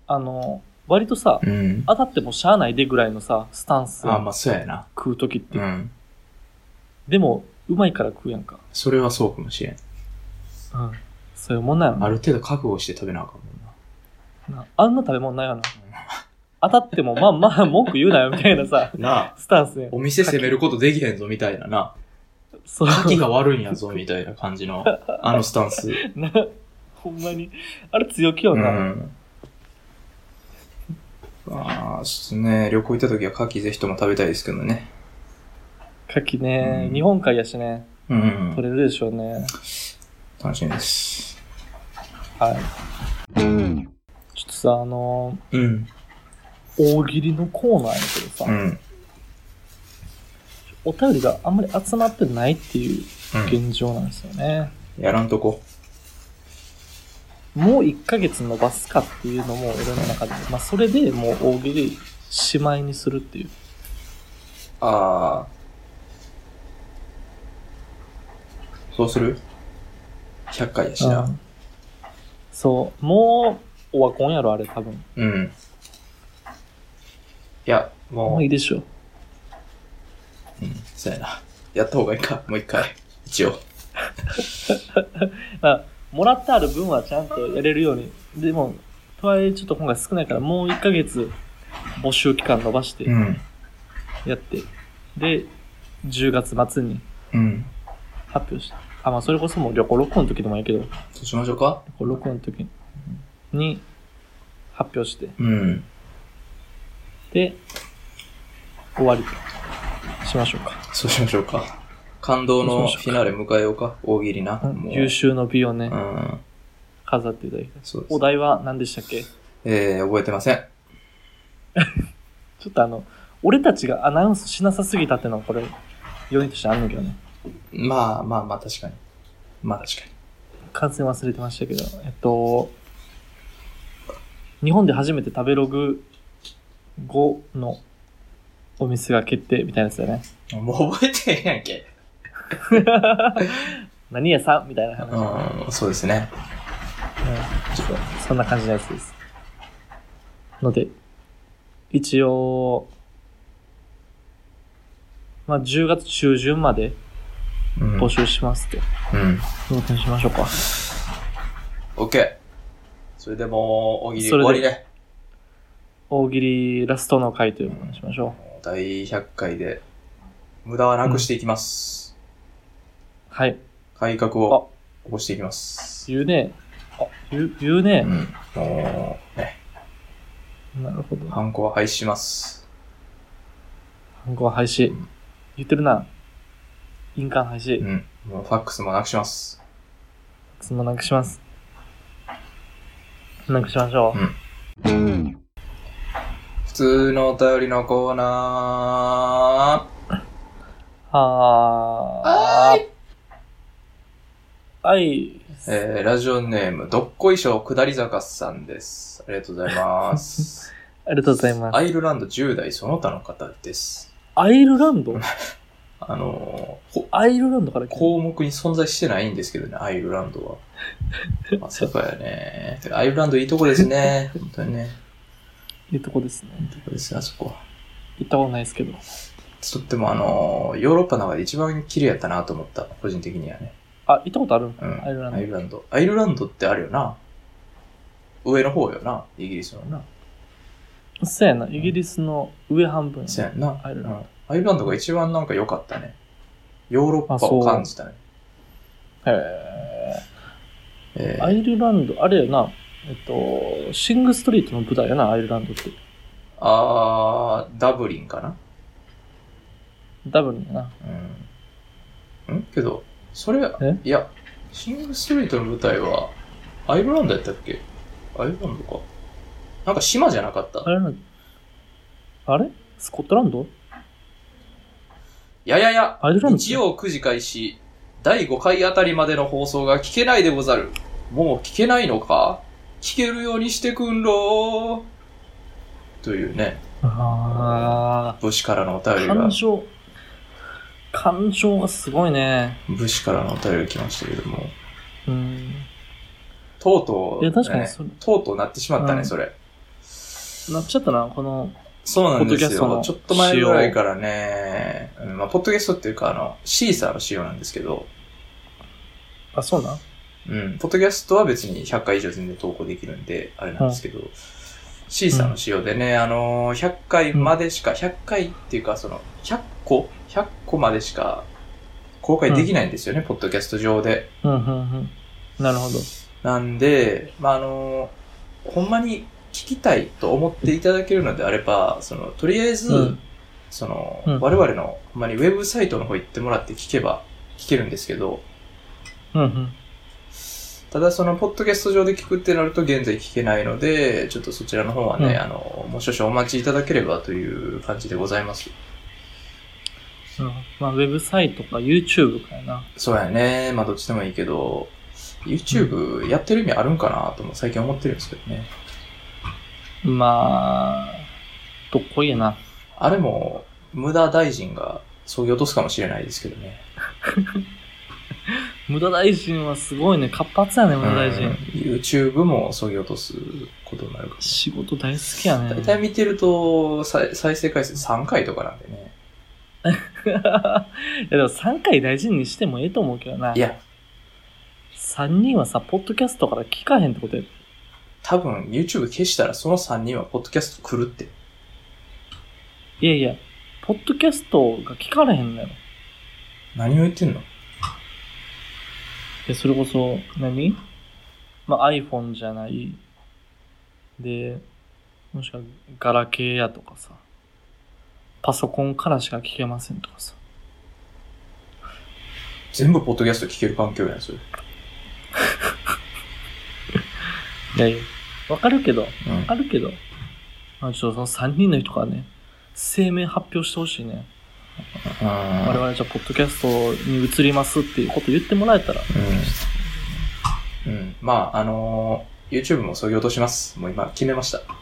[SPEAKER 2] あの、割とさ、
[SPEAKER 1] うん。
[SPEAKER 2] 当たってもしゃあないでぐらいのさ、スタンス
[SPEAKER 1] あ、
[SPEAKER 2] を
[SPEAKER 1] まあそうやな。
[SPEAKER 2] 食うときって。
[SPEAKER 1] うん。
[SPEAKER 2] でも、うまいから食うやんか。
[SPEAKER 1] それはそうかもしれん。
[SPEAKER 2] うん。そういうもんなんやもん
[SPEAKER 1] ある程度覚悟して食べなあかんもんな。
[SPEAKER 2] なあんな食べ物ないよな。当たっても、まあまあ、文句言うなよ、みたい
[SPEAKER 1] <laughs>
[SPEAKER 2] なさ、
[SPEAKER 1] なあ、
[SPEAKER 2] スタンスね。
[SPEAKER 1] お店攻めることできへんぞみたいなな。
[SPEAKER 2] そう。
[SPEAKER 1] 牡蠣が悪いんや <laughs> ぞみたいな感じの、あのスタンス。
[SPEAKER 2] <laughs> な、ほんまに。あれ強気よ
[SPEAKER 1] う
[SPEAKER 2] な。
[SPEAKER 1] ん。まあ、ちょっとね、旅行行った時は牡蠣ぜひとも食べたいですけどね。
[SPEAKER 2] 牡蠣ね、
[SPEAKER 1] うん
[SPEAKER 2] 日本海やしね、
[SPEAKER 1] う
[SPEAKER 2] 取
[SPEAKER 1] ん。
[SPEAKER 2] れるでしょうね。
[SPEAKER 1] 楽しみです。
[SPEAKER 2] はい。ちょっとさ、あの
[SPEAKER 1] うん。
[SPEAKER 2] ー大喜利のコーナーやけどさ、
[SPEAKER 1] うん。
[SPEAKER 2] お便りがあんまり集まってないっていう
[SPEAKER 1] うん。
[SPEAKER 2] 現状なんですよね。
[SPEAKER 1] やらんとこ。
[SPEAKER 2] もう1ヶ月伸ばすかっていうのも俺の中で、まあそれでもう大喜利しまいにするっていう。
[SPEAKER 1] ああ。そうする ?100 回やし
[SPEAKER 2] う
[SPEAKER 1] な。
[SPEAKER 2] んそう。もう、オワコンやろ、あれ、多分。
[SPEAKER 1] うん。いや、
[SPEAKER 2] も
[SPEAKER 1] もう
[SPEAKER 2] ういいでしょ。
[SPEAKER 1] うん、そうやな。やった方がいいか、もう一回。一応。
[SPEAKER 2] まあ、もらってある分はちゃんとやれるように。でも、とはいえ、ちょっと今回少ないから、もう1ヶ月、募集期間伸ばして
[SPEAKER 1] ん。
[SPEAKER 2] やって。で、10月末に
[SPEAKER 1] うん。
[SPEAKER 2] 発表した。あ、まあ、それこそもう旅行録音の時でもいいけど、旅
[SPEAKER 1] そうしましょうか
[SPEAKER 2] 行録音の時に発表して、
[SPEAKER 1] うん。
[SPEAKER 2] で、終わりとしましょうか。
[SPEAKER 1] そうしましょうか。感動の
[SPEAKER 2] そうしましょう
[SPEAKER 1] フィナーレ迎えようか。大喜利な。もう
[SPEAKER 2] 優秀の美をね
[SPEAKER 1] う、ん。
[SPEAKER 2] 飾っていただきたい。
[SPEAKER 1] そうで
[SPEAKER 2] お
[SPEAKER 1] す。
[SPEAKER 2] 題は何でしたっけ
[SPEAKER 1] えー、覚えてません。
[SPEAKER 2] ちょっとあの、俺たちがアナウンスしなさすぎたってのはこれ、要因としてあるんだけどね。
[SPEAKER 1] まあまあまあ、確かに。まあ確かに。
[SPEAKER 2] 完全忘れてましたけど、えっと、日本で初めて食べログ5のお店が決定みたいなやつだよ
[SPEAKER 1] <laughs>
[SPEAKER 2] ね。
[SPEAKER 1] もう覚えてへんやんけ。
[SPEAKER 2] 何屋さんみたいな話、うん
[SPEAKER 1] うん、そうですね。
[SPEAKER 2] ちょっとそんな感じのやつです。ので、一応、まあ、10月中旬まで
[SPEAKER 1] うん。
[SPEAKER 2] 募集しますって。
[SPEAKER 1] うん。
[SPEAKER 2] その点にしましょうか。
[SPEAKER 1] OK。それでもう、大喜利
[SPEAKER 2] それ
[SPEAKER 1] 終
[SPEAKER 2] で
[SPEAKER 1] わりね。
[SPEAKER 2] 大喜利ラストの回というものにしましょう。
[SPEAKER 1] もう第100回で、無駄はなくしていきます。
[SPEAKER 2] はい。
[SPEAKER 1] 改革
[SPEAKER 2] あ
[SPEAKER 1] を、起こしていきます。
[SPEAKER 2] 言うね。あ、言う、言う
[SPEAKER 1] う
[SPEAKER 2] ね。
[SPEAKER 1] ん。もう、ね、
[SPEAKER 2] なるほど。
[SPEAKER 1] ハンコは廃止します。
[SPEAKER 2] ハンコは廃止。言ってるな。印鑑廃
[SPEAKER 1] う
[SPEAKER 2] 止。
[SPEAKER 1] ん。もうファックスもなくします。
[SPEAKER 2] そのなくします。なくしましょう。
[SPEAKER 1] 普通のお便りのコーナ
[SPEAKER 2] は
[SPEAKER 1] ー。
[SPEAKER 2] ー
[SPEAKER 1] はい
[SPEAKER 2] い。。はい。
[SPEAKER 1] えー、ラジオネーム、どっこいしょ下り坂さんです。ありがとうござい <laughs> ます。
[SPEAKER 2] ありがとうございます。
[SPEAKER 1] アイルランド10代その他の方です。
[SPEAKER 2] アイルランド
[SPEAKER 1] あのー、ほ
[SPEAKER 2] アイルランドから来た
[SPEAKER 1] 項目に存在してないんですけどね、アイルランドは。まさかやね。てかアイルランドいいとこです <laughs> ね。本当にね。
[SPEAKER 2] いうとこですね。
[SPEAKER 1] いいとこですね、あそこは。
[SPEAKER 2] 行ったことないですけど。
[SPEAKER 1] とってもあのー、ヨーロッパの中で一番綺麗やったなと思った、個人的にはね。
[SPEAKER 2] あ、行ったことある
[SPEAKER 1] うん。
[SPEAKER 2] アイルランド
[SPEAKER 1] アイルランド。アイルランドってあるよな。上の方よな、イギリスのな。
[SPEAKER 2] そうやな。イギリスの上半分。
[SPEAKER 1] そうやんな。
[SPEAKER 2] アイルランド
[SPEAKER 1] うんアイルランドが一番なんか良かったね。ヨーロッパ
[SPEAKER 2] あそ
[SPEAKER 1] を
[SPEAKER 2] う
[SPEAKER 1] 感じたね。
[SPEAKER 2] へ
[SPEAKER 1] え
[SPEAKER 2] ー
[SPEAKER 1] ー
[SPEAKER 2] アイルランド、あれやな。えっと、シングストリートの舞台やな、アイルランドって。
[SPEAKER 1] あー、ダブリンかな。
[SPEAKER 2] ダブルやな。
[SPEAKER 1] うん。んけど、それ
[SPEAKER 2] え、
[SPEAKER 1] いや、シングストリートの舞台は、アイルランドやったっけアイルランドか。なんか島じゃなかった
[SPEAKER 2] あ。れなんあれスコットランド
[SPEAKER 1] いやいやいや、
[SPEAKER 2] アイルランド
[SPEAKER 1] 日曜9時開始、第5回あたりまでの放送が聞けないでござる。もう聞けないのか聞けるようにしてくんろー。というね、
[SPEAKER 2] あ
[SPEAKER 1] 武士からのお便り
[SPEAKER 2] あ。
[SPEAKER 1] が
[SPEAKER 2] 感、情、感情がすごいね。
[SPEAKER 1] 武士からのお便りが来ましたけども、
[SPEAKER 2] うん。
[SPEAKER 1] とうと、
[SPEAKER 2] いうや、確かに
[SPEAKER 1] ね
[SPEAKER 2] それ、
[SPEAKER 1] とうとうなってしまったね、
[SPEAKER 2] うん
[SPEAKER 1] それ。
[SPEAKER 2] なっちゃったな、この、
[SPEAKER 1] そうなんです
[SPEAKER 2] ポッドキャスト
[SPEAKER 1] よ。
[SPEAKER 2] の
[SPEAKER 1] ちょっと前ぐらいからね、うんまあ、ポッドキャストっていうか、あの、シーサーの仕様なんですけど、
[SPEAKER 2] あ、そうなん
[SPEAKER 1] うん、ポッドキャストは別に100回以上全然投稿できるんで、あれなんですけど、シーサーの仕様でね、あのー、100回までしか、100回っていうか、その、100個 ?100 個までしか公開できないんですよね、ポッドキャスト上で。
[SPEAKER 2] うん、うん、うん。なるほど。
[SPEAKER 1] なんで、まあ、あのー、ほんまに聞きたいと思っていただけるのであれば、その、とりあえず、
[SPEAKER 2] うん
[SPEAKER 1] その、
[SPEAKER 2] うん
[SPEAKER 1] 我々の、ほんまにウェブサイトの方行ってもらって聞けば、聞けるんですけど、
[SPEAKER 2] うん、うん。
[SPEAKER 1] ただその、ポッドキャスト上で聞くってなると現在聞けないので、ちょっとそちらの方はね、
[SPEAKER 2] うん
[SPEAKER 1] あの、もう少々お待ちいただければという感じでございます。
[SPEAKER 2] うんまあ、ウェブサイトか YouTube かやな。
[SPEAKER 1] そうやね。まあ、どっちでもいいけど、YouTube やってる意味あるんかなとも最近思ってるんですけどね。
[SPEAKER 2] まあ、どっこいいな。
[SPEAKER 1] あれも、無駄大臣が、そぎ落とすかもしれないですけどね。
[SPEAKER 2] 無駄大臣はすごいね、活発やね、無駄大
[SPEAKER 1] うん
[SPEAKER 2] 臣。
[SPEAKER 1] YouTube も削ぎ落とすことになるかもし
[SPEAKER 2] 仕事大好きや
[SPEAKER 1] れ
[SPEAKER 2] ね
[SPEAKER 1] ない。大。体見てると、再再生回数3回とかなんでね。。
[SPEAKER 2] <laughs> いやでも3回大事にしてもええと思うけどない
[SPEAKER 1] や、
[SPEAKER 2] 3人はさ、ポッドキャストから聞かへんってことや。
[SPEAKER 1] 多分 YouTube 消したらその3人はポッドキャスト来るって。
[SPEAKER 2] いやいや、ポッドキャストが聞かれへんのよ。
[SPEAKER 1] 何を言ってんの
[SPEAKER 2] で、それこそ何、まあ、iPhone じゃない。で、もしくは、ガラケーやとかさ、パソコンからしか聞けませんとかさ。
[SPEAKER 1] 全部ポッドキャスト聞ける環境やん、それ。
[SPEAKER 2] いやいや、わかるけど、わ
[SPEAKER 1] うん
[SPEAKER 2] かるけど、まあ、ちょっとその3人の人からね、声明発表してほしいね。我々じゃあ、ポッドキャストに移りますっていうこと言ってもらえたら、
[SPEAKER 1] うん。うん。まあ、あのー YouTube も削ぎ落とします。もう今決めました。
[SPEAKER 2] あ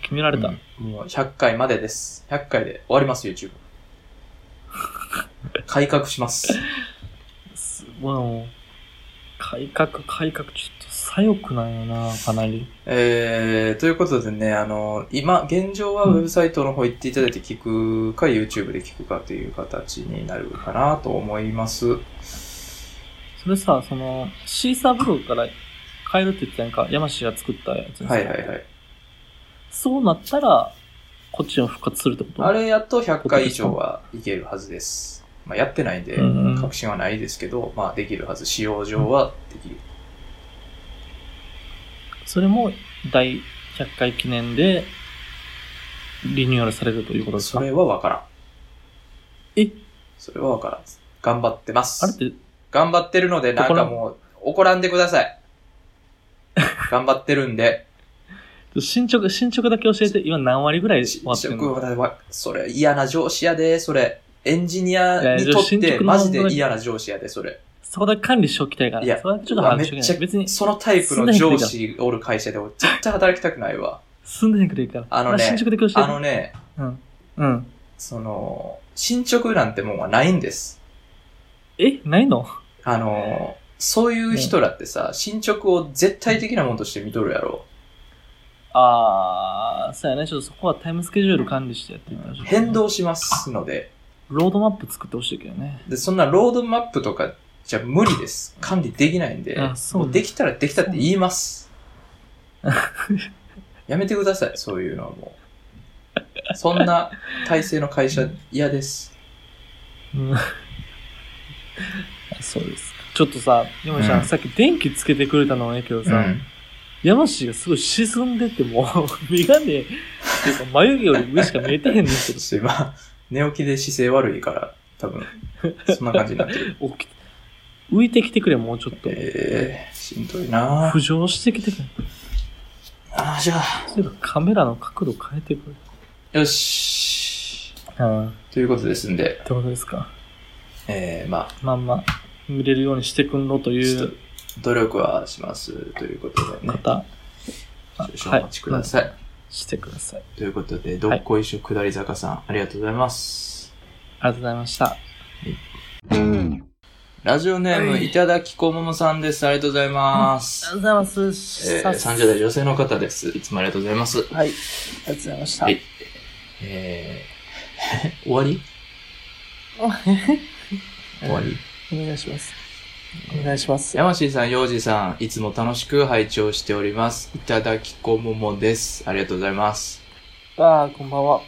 [SPEAKER 2] 決められた。
[SPEAKER 1] うんもう100回までです。100回で終わります、YouTube。改革します。
[SPEAKER 2] すごいもう、改革、改革、ちょっと左翼なんよな、かなり。
[SPEAKER 1] えー、ということでね、あの、今、現状はウェブサイトの方行っていただいて聞くか、YouTube で聞くかという形になるかなと思います。
[SPEAKER 2] それさ、その、シーサーブログから変えるって言ってたやんか、山氏が作ったやつにさ
[SPEAKER 1] はいはいはい。
[SPEAKER 2] そうなったら、こっちも復活するってこと
[SPEAKER 1] あれやっと100回以上はいけるはずです。まあ、やってないんで
[SPEAKER 2] うん、
[SPEAKER 1] 確信はないですけど、まあ、できるはず。使用上はできる。
[SPEAKER 2] それも、第100回記念で、リニューアルされるということです
[SPEAKER 1] そ
[SPEAKER 2] か
[SPEAKER 1] れはわからん。
[SPEAKER 2] え
[SPEAKER 1] それはわからん。頑張ってま
[SPEAKER 2] あれっ
[SPEAKER 1] す。
[SPEAKER 2] て、
[SPEAKER 1] 頑張ってるので、なんかもう、怒らんでくださ
[SPEAKER 2] <laughs>
[SPEAKER 1] い。頑張ってるんで。
[SPEAKER 2] 進捗、進捗だけ教えて、今何割ぐらい終わってる
[SPEAKER 1] 職
[SPEAKER 2] の
[SPEAKER 1] は、それ嫌な上司やで、それ。エンジニアにとっ
[SPEAKER 2] いや
[SPEAKER 1] て、
[SPEAKER 2] 進捗の
[SPEAKER 1] マジ
[SPEAKER 2] 問題
[SPEAKER 1] で嫌な上司やで、それ。
[SPEAKER 2] そこだけ管理しておきたいから。
[SPEAKER 1] いや
[SPEAKER 2] それはちょっと把握してお
[SPEAKER 1] めっ
[SPEAKER 2] き
[SPEAKER 1] ち
[SPEAKER 2] た
[SPEAKER 1] ゃ
[SPEAKER 2] い。別に、
[SPEAKER 1] そのタイプの上司おる会社で、俺絶対働きたくないわ。
[SPEAKER 2] <laughs> 進んでへんくらいいから。
[SPEAKER 1] あのね
[SPEAKER 2] 進捗だけ教えて。
[SPEAKER 1] あのね、
[SPEAKER 2] うん。うん。
[SPEAKER 1] その、進捗なんてもんはないんです。
[SPEAKER 2] えないの <laughs>
[SPEAKER 1] あの、そういう人らってさ、進捗を絶対的なもんとして見とるやろ。
[SPEAKER 2] あー、そうやね。ちょっとそこはタイムスケジュール管理してやっていただきたい
[SPEAKER 1] 変。動しますので、
[SPEAKER 2] ロードマップ作ってほしいけどね。
[SPEAKER 1] で、そんなロードマップとかじゃ無理です。管理できないんで、
[SPEAKER 2] あそうね
[SPEAKER 1] もうできたらできたって言います。やめてください、そういうのはもう。そんな体制の会社嫌です。
[SPEAKER 2] うん。 <laughs> そうです。ちょっとさ、山下さん、
[SPEAKER 1] うん
[SPEAKER 2] さっき電気つけてくれたのもええけどさ、山氏がすごい沈んでても <laughs> う、眼鏡、っていうか眉毛より上しか見えてへんねんけ
[SPEAKER 1] ちょっと今、寝起きで姿勢悪いから、多分、そんな感じになってる。
[SPEAKER 2] ど、起きて浮いてきてくれ、もうちょっと。
[SPEAKER 1] えー、しんどいな
[SPEAKER 2] 浮
[SPEAKER 1] ぁ
[SPEAKER 2] 上してきてくれ。
[SPEAKER 1] あーじゃあ、
[SPEAKER 2] そういえばカメラの角度変えてくれ。
[SPEAKER 1] よし。
[SPEAKER 2] うん。っ
[SPEAKER 1] ということですんで、
[SPEAKER 2] てことですか。
[SPEAKER 1] えー、まあ、
[SPEAKER 2] まあまあ、見れるようにしてくんろとい
[SPEAKER 1] ちょっ
[SPEAKER 2] う
[SPEAKER 1] と努力はしますということでね、
[SPEAKER 2] 方、あ
[SPEAKER 1] 少々お待ちください。
[SPEAKER 2] してください。
[SPEAKER 1] ということで、どっこいしょ下り坂さん、ありがとうございます。
[SPEAKER 2] ありがとうございました。
[SPEAKER 1] ラジオネーム、
[SPEAKER 2] はい
[SPEAKER 1] い、ただきこももさんです。ありがとうございます。
[SPEAKER 2] りがとうございます
[SPEAKER 1] えー、30代女性の方です。いつもありがとうございます。
[SPEAKER 2] はい。ありがとうございました。
[SPEAKER 1] はいえー、 <laughs> 終わり終わり
[SPEAKER 2] お願いします。お願いします。
[SPEAKER 1] 山椎さん、洋二さん、いつも楽しく拝聴しております。いただきこももです。ありがとうございます。
[SPEAKER 2] ああ、こんばんは。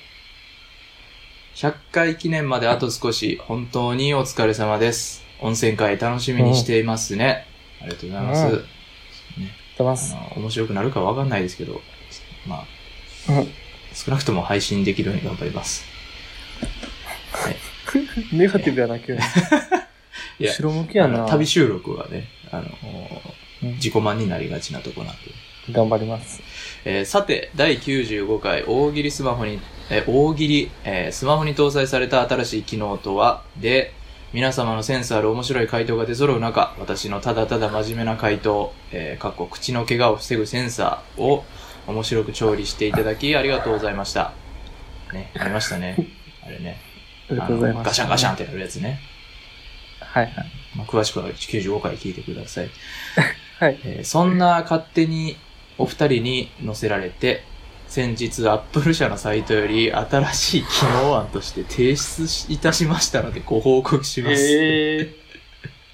[SPEAKER 1] 100回記念まであと少し、本当にお疲れ様です。温泉会楽しみにしていますね。ありがとうございます。
[SPEAKER 2] うん出ま
[SPEAKER 1] あ
[SPEAKER 2] す。
[SPEAKER 1] の面白くなるかわかんないですけど、まあ、
[SPEAKER 2] うん
[SPEAKER 1] 少なくとも配信できるように頑張ります。
[SPEAKER 2] <laughs> ネガティブやな、急に。
[SPEAKER 1] いや
[SPEAKER 2] 後ろ向きや
[SPEAKER 1] あ
[SPEAKER 2] な。
[SPEAKER 1] の旅収録はね、あの、
[SPEAKER 2] うん
[SPEAKER 1] 自己満になりがちなとこなんで。
[SPEAKER 2] 頑張ります。
[SPEAKER 1] えーさて、第95回大喜利スマホに、えー大喜利、えースマホに搭載された新しい機能とは、で、皆様のセンスある面白い回答が出揃う中、私のただただ真面目な回答、えーかっこ口の怪我を防ぐセンサーを面白く調理していただき、ありがとうございました。ね、ありましたね。あれね。
[SPEAKER 2] ありがとうございます。
[SPEAKER 1] ガシャンガシャンっ。てなるやつね。
[SPEAKER 2] はいはい。
[SPEAKER 1] まあ、詳しくは95回聞いてください。
[SPEAKER 2] <laughs> はい。
[SPEAKER 1] えーそんな勝手にお二人に載せられて、先日アップル社のサイトより新しい機能案として提出しいたしましたのでご報告します。
[SPEAKER 2] えー、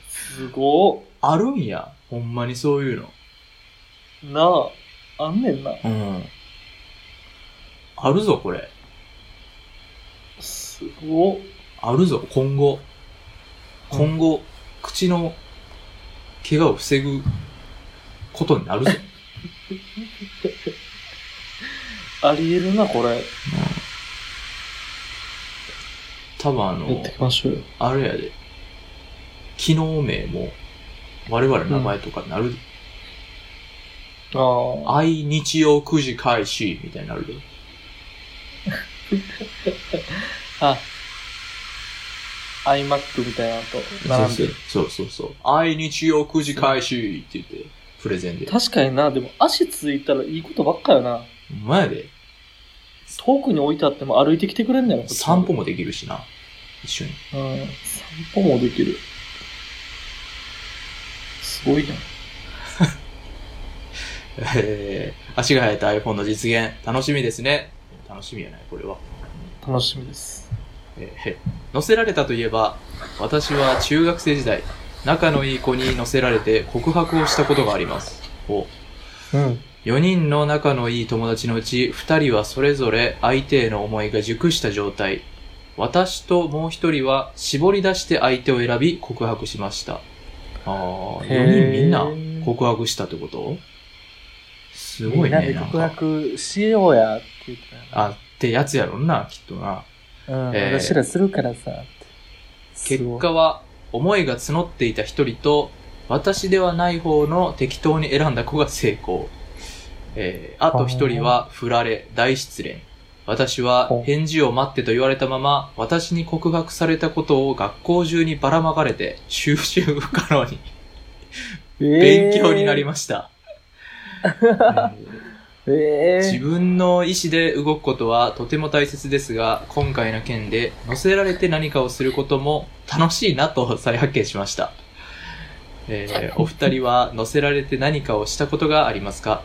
[SPEAKER 2] すご
[SPEAKER 1] あるんや。ほんまにそういうの。
[SPEAKER 2] っ。なあ、あんねんな。
[SPEAKER 1] うん。あるぞ、これ。
[SPEAKER 2] すごっ。
[SPEAKER 1] あるぞ、今後。今後、口の怪我を防ぐことにな
[SPEAKER 2] <laughs>
[SPEAKER 1] るぞ。
[SPEAKER 2] あり得るな、これ。
[SPEAKER 1] 多分あの、
[SPEAKER 2] やっていきましょうよ。
[SPEAKER 1] あれやで、機能名も、我々の名前とかなるで、
[SPEAKER 2] ああ。
[SPEAKER 1] 愛日曜9時開始みたいになるで。
[SPEAKER 2] あ。iMac みたいなのと並んでる。
[SPEAKER 1] そうそうそう。愛日曜9時開始って言って、プレゼンで。
[SPEAKER 2] 確かにな、でも足ついたらいいことばっかよな。
[SPEAKER 1] お前で、
[SPEAKER 2] 遠くに置いてあっても歩いてきてくれんだよ。こっち
[SPEAKER 1] 散歩もできるしな。一緒に。
[SPEAKER 2] うん。散歩もできる。すごいな。
[SPEAKER 1] えー、足が生えた iPhone の実現、楽しみですね。楽しみやない、これは。
[SPEAKER 2] 楽しみです。
[SPEAKER 1] えー乗せられたといえば、私は中学生時代、仲のいい子に乗せられて告白をしたことがあります。お
[SPEAKER 2] うん。
[SPEAKER 1] 4人の仲のいい友達のうち2人はそれぞれ相手への思いが熟した状態私ともう1人は絞り出して相手を選び告白しましたああ4人みんな告白したってことすごいね
[SPEAKER 2] みんなで告
[SPEAKER 1] なんか
[SPEAKER 2] 白しようやって言ってたよな
[SPEAKER 1] あってやつやろんなきっとな
[SPEAKER 2] うん、
[SPEAKER 1] えー
[SPEAKER 2] 私らするからさって。
[SPEAKER 1] 結
[SPEAKER 2] すごい
[SPEAKER 1] 果は思いが募っていた1人と私ではない方の適当に選んだ子が成功、えーあと1人は振られ大失恋私は返事を待ってと言われたまま私に告白されたことを学校中にばらまかれて収集不可能に勉強になりま <laughs> した、えー
[SPEAKER 2] す。え
[SPEAKER 1] 自
[SPEAKER 2] ー、
[SPEAKER 1] 分の意思で動くことはとても大切ですが今回の件で乗せられて何かをすることも楽しいなと再発見しました、え
[SPEAKER 2] <laughs>
[SPEAKER 1] ーお二人は乗せられて何かをしたことがありますか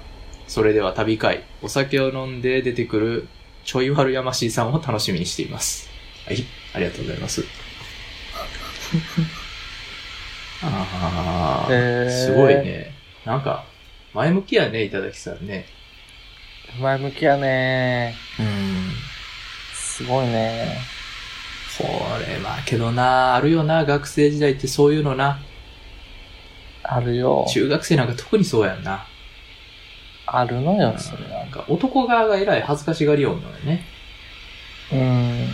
[SPEAKER 1] それでは旅会お酒を飲んで出てくるちょい悪やましいさんを楽しみにしていますはいありがとうございます
[SPEAKER 2] <laughs>
[SPEAKER 1] ああ、
[SPEAKER 2] えー
[SPEAKER 1] すごいねなんか前向きやね頂きさんね
[SPEAKER 2] 前向きやね
[SPEAKER 1] うん
[SPEAKER 2] すごいね
[SPEAKER 1] これはけどなあるよな学生時代ってそういうのな
[SPEAKER 2] あるよ。
[SPEAKER 1] 中学生なんか特にそうやんな
[SPEAKER 2] あるのよ、それ
[SPEAKER 1] な
[SPEAKER 2] は
[SPEAKER 1] ん。か男側が偉い恥ずかしがりようのよね
[SPEAKER 2] うん。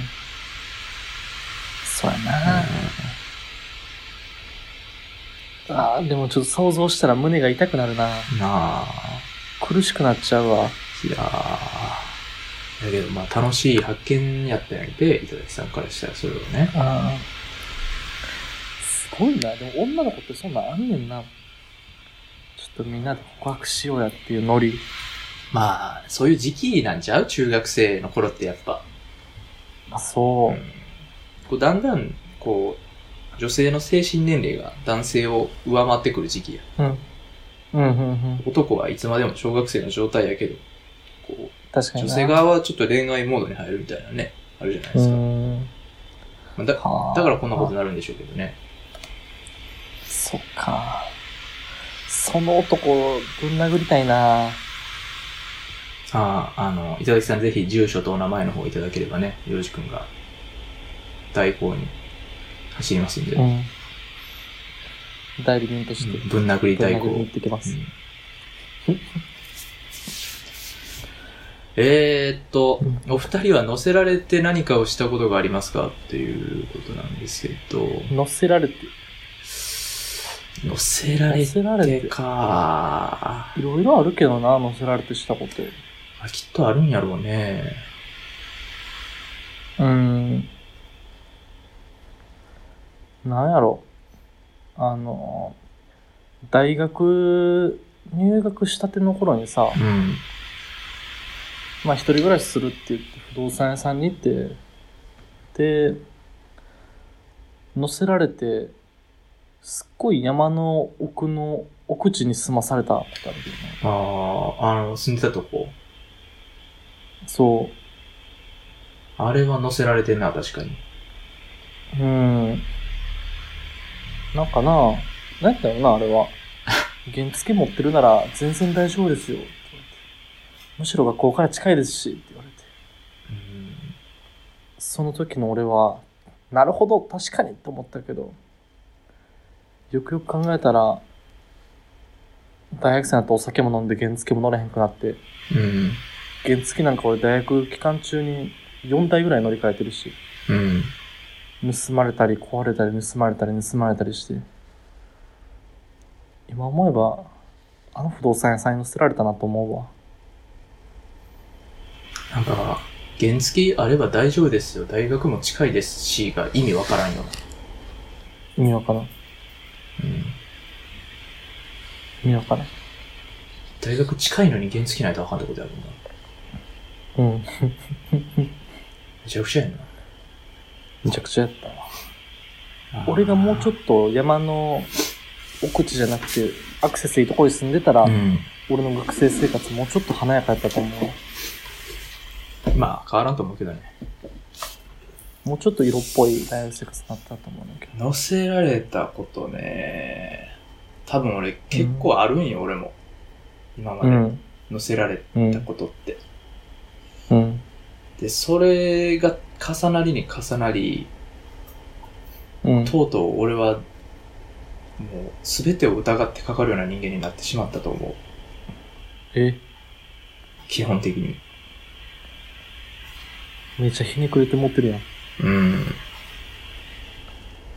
[SPEAKER 2] そうやな、あーでもちょっと想像したら胸が痛くなるな
[SPEAKER 1] なあ
[SPEAKER 2] 苦しくなっちゃうわ。
[SPEAKER 1] いやーだけどまあ楽しい発見やったんやで頂さんからしたらそれをね
[SPEAKER 2] あすごいな。でも女の子ってそんなんあんねんな。ちょっとみんなで告白しようやっていうノリ。
[SPEAKER 1] まあそういう時期なんちゃう中学生の頃ってやっぱ、
[SPEAKER 2] あ、そ
[SPEAKER 1] うんこうだんだんこう女性の精神年齢が男性を上回ってくる時期や
[SPEAKER 2] う。うん。うん、うん、うん。
[SPEAKER 1] 男はいつまでも小学生の状態やけどこう
[SPEAKER 2] 確かに
[SPEAKER 1] 女
[SPEAKER 2] な。
[SPEAKER 1] 性側はちょっと恋愛モードに入るみたいなね、あるじゃないで
[SPEAKER 2] う
[SPEAKER 1] すか。
[SPEAKER 2] ーん。
[SPEAKER 1] まあだ
[SPEAKER 2] はあ
[SPEAKER 1] だからこんなことになるんでしょうけどね。
[SPEAKER 2] そっか。その男、ぶん殴りたいな。
[SPEAKER 1] ああ、あの、いただきさんぜひ住所とお名前の方いただければね、よろしくんが代行に走りますんで、うん
[SPEAKER 2] ん。代理人として、
[SPEAKER 1] ぶん殴り
[SPEAKER 2] ぶん
[SPEAKER 1] 代
[SPEAKER 2] 殴りに
[SPEAKER 1] 行
[SPEAKER 2] 行っ。てきます。
[SPEAKER 1] うんえーっと、お二人は乗せられて何かをしたことがありますかっていうことなんですけど、
[SPEAKER 2] 乗せられて、
[SPEAKER 1] 乗せら
[SPEAKER 2] 乗
[SPEAKER 1] れ
[SPEAKER 2] せられ
[SPEAKER 1] て
[SPEAKER 2] て、
[SPEAKER 1] か。
[SPEAKER 2] いろいろあるけどな、乗せられてしたこと。
[SPEAKER 1] あきっとあるんやろうね。
[SPEAKER 2] うーん。なんやろ。あの、大学入学したての頃にさ、
[SPEAKER 1] うん。
[SPEAKER 2] まあ一人暮らしするって言って不動産屋さんに行って、で、乗せられて、すっごい山の奥の奥地に住まされたことあるけどね。
[SPEAKER 1] ああ、あの、住んでたとこ。
[SPEAKER 2] そ
[SPEAKER 1] あれは乗せられてんな、確かに。
[SPEAKER 2] う。うん。なんかな、なんだろうな、あれは。原付持ってるなら全然大丈夫ですよ。って言われてむしろ学校から近いですし、って言われて。
[SPEAKER 1] うん。
[SPEAKER 2] その時の俺は、なるほど、確かにと思ったけど、よくよく考えたら、大学生になってお酒も飲んで原付も乗れへんくなって、
[SPEAKER 1] うん。
[SPEAKER 2] 原付なんか俺大学期間中に4台ぐらい乗り換えてるし、
[SPEAKER 1] うん。
[SPEAKER 2] 盗まれたり壊れたり盗まれたり盗まれたりして、今思えば、あの不動産屋さんに捨てられたなと思うわ。
[SPEAKER 1] なんか、原付あれば大丈夫ですよ。大学も近いですし、が意味わからんよな。
[SPEAKER 2] 意味わから
[SPEAKER 1] う
[SPEAKER 2] ん。
[SPEAKER 1] ん。
[SPEAKER 2] 意味わからん。
[SPEAKER 1] 大学近いのに原付ないとあかんってことやもんな。
[SPEAKER 2] うん。 <laughs>
[SPEAKER 1] めちゃくちゃやんな。
[SPEAKER 2] めちゃくちゃやったわ。俺がもうちょっと山の奥地じゃなくて、アクセスいいとこに住んでたら、
[SPEAKER 1] うん。
[SPEAKER 2] 俺の学生生活もうちょっと華やかやったと思うわ。
[SPEAKER 1] まあ、変わらんと思うけどね。
[SPEAKER 2] もうちょっと色っぽい大学生活になったと思うんだけど。
[SPEAKER 1] 乗せられたことね。多分俺結構あるんよ、俺も。今まで。
[SPEAKER 2] ん。
[SPEAKER 1] 乗せられ
[SPEAKER 2] うん
[SPEAKER 1] たことって。
[SPEAKER 2] うん。
[SPEAKER 1] で、それが重なりに重なり、
[SPEAKER 2] うん。
[SPEAKER 1] とうとう俺は、もう、すべてを疑ってかかるような人間になってしまったと思う。
[SPEAKER 2] え、
[SPEAKER 1] 基本的に。
[SPEAKER 2] めっちゃひねくれて持ってるやん。
[SPEAKER 1] うん。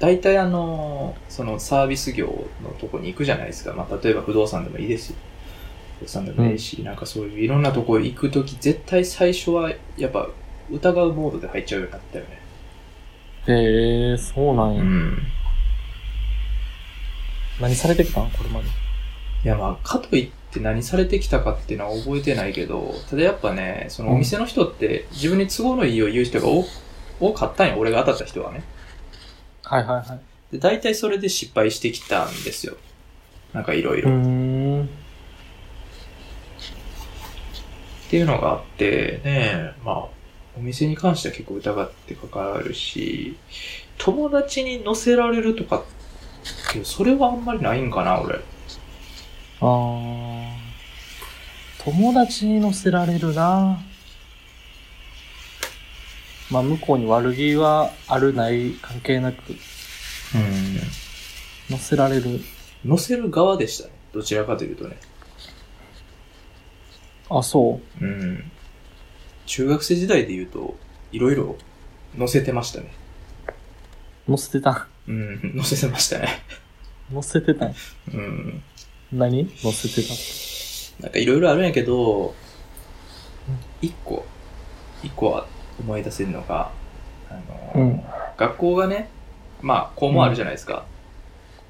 [SPEAKER 1] 大体あの、そのサービス業のとこに行くじゃないですか。まあ、例えば不動産でもいいですよ。不動産でもいいし、なんかそういういろんなとこ行くとき、絶対最初はやっぱ疑うモードで入っちゃうようになったよね。
[SPEAKER 2] へえー、そうなんや。
[SPEAKER 1] ん。
[SPEAKER 2] 何されてきたんこれまで。
[SPEAKER 1] いやまあ、かといって何されてきたかっていうのは覚えてないけど、ただやっぱね、そのお店の人って自分に都合のいいを言う人が多多かったんよ。俺が当たった人はね。
[SPEAKER 2] はいはいはい。
[SPEAKER 1] で、大体それで失敗してきたんですよ。なんかいろいうろ。
[SPEAKER 2] ーん。
[SPEAKER 1] っていうのがあって、ね、まあ、お店に関しては結構疑ってかかるし、友達に乗せられるとか、けどそれはあんまりないんかな、俺。
[SPEAKER 2] あー。友達に乗せられるなまあ、向こうに悪気はあるない関係なく、
[SPEAKER 1] う
[SPEAKER 2] 乗せられる。
[SPEAKER 1] ん。乗せる側でしたね。どちらかというとね。
[SPEAKER 2] あ、そう。
[SPEAKER 1] うん。中学生時代で言うと、いろいろ乗せてましたね。
[SPEAKER 2] 乗せてた。
[SPEAKER 1] うん、乗せてましたね。
[SPEAKER 2] 乗せてたんや。
[SPEAKER 1] うん。
[SPEAKER 2] 何乗せてた。
[SPEAKER 1] なんかいろいろあるんやけど、一個、一個は思い出せるのが、あの、
[SPEAKER 2] うん。
[SPEAKER 1] 学校がね、まあ、校門あるじゃないですか。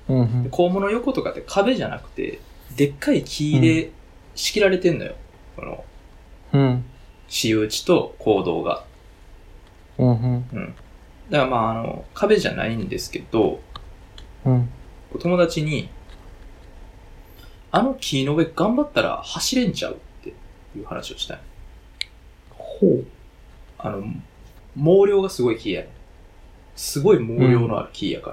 [SPEAKER 2] うん、う
[SPEAKER 1] で
[SPEAKER 2] ん。
[SPEAKER 1] 校門の横とかって壁じゃなくて、でっかい木で仕切られてんのよ。この、
[SPEAKER 2] うん。
[SPEAKER 1] 私有地と行動が。
[SPEAKER 2] うん。
[SPEAKER 1] だからまあ、あの、壁じゃないんですけど、
[SPEAKER 2] うん。
[SPEAKER 1] お友達に、あの木の上頑張ったら走れんちゃうっていう話をしたい。
[SPEAKER 2] ほう。
[SPEAKER 1] あの、毛量がすごい木やねんすごい毛量のある木やか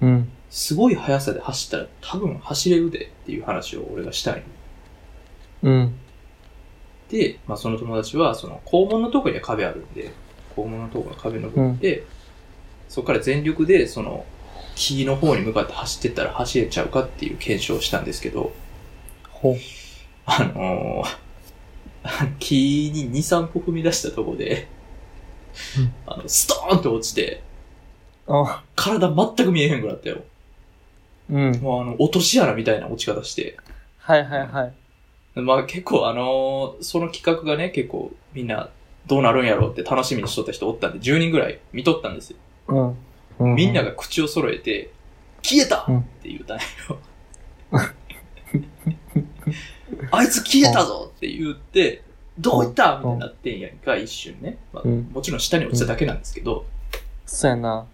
[SPEAKER 1] ら、
[SPEAKER 2] うん。
[SPEAKER 1] すごい速さで走ったら多分走れるでっていう話を俺がしたいの。
[SPEAKER 2] うん。
[SPEAKER 1] で、まあ、その友達は、その、肛門のとこには壁あるんで、肛門のとこの壁登って、そこから全力で、その、木の方に向かって走ってったら走れちゃうかっていう検証をしたんですけど、
[SPEAKER 2] ほう。
[SPEAKER 1] あのー <laughs> 木に2、3歩踏み出したとこで
[SPEAKER 2] うん、
[SPEAKER 1] あの、ストーンと落ちて、
[SPEAKER 2] あ、
[SPEAKER 1] 体全く見えへんくなったよ。
[SPEAKER 2] うん。
[SPEAKER 1] もうあの、落とし穴みたいな落ち方して。
[SPEAKER 2] はいはいはい。
[SPEAKER 1] まあ結構あのーその企画がね、結構みんなどうなるんやろうって楽しみにしとった人おったんで、10人ぐらい見とったんですよ。
[SPEAKER 2] うん。う
[SPEAKER 1] みんな。が口を揃えて、消えた
[SPEAKER 2] うん
[SPEAKER 1] って言うたんやろ。 <laughs> あいつ消えたぞって言って、どういったみたいになってんやんか、一瞬ね。まあ、
[SPEAKER 2] うん
[SPEAKER 1] もちろん下に落ちただけなんですけど。
[SPEAKER 2] そうやな。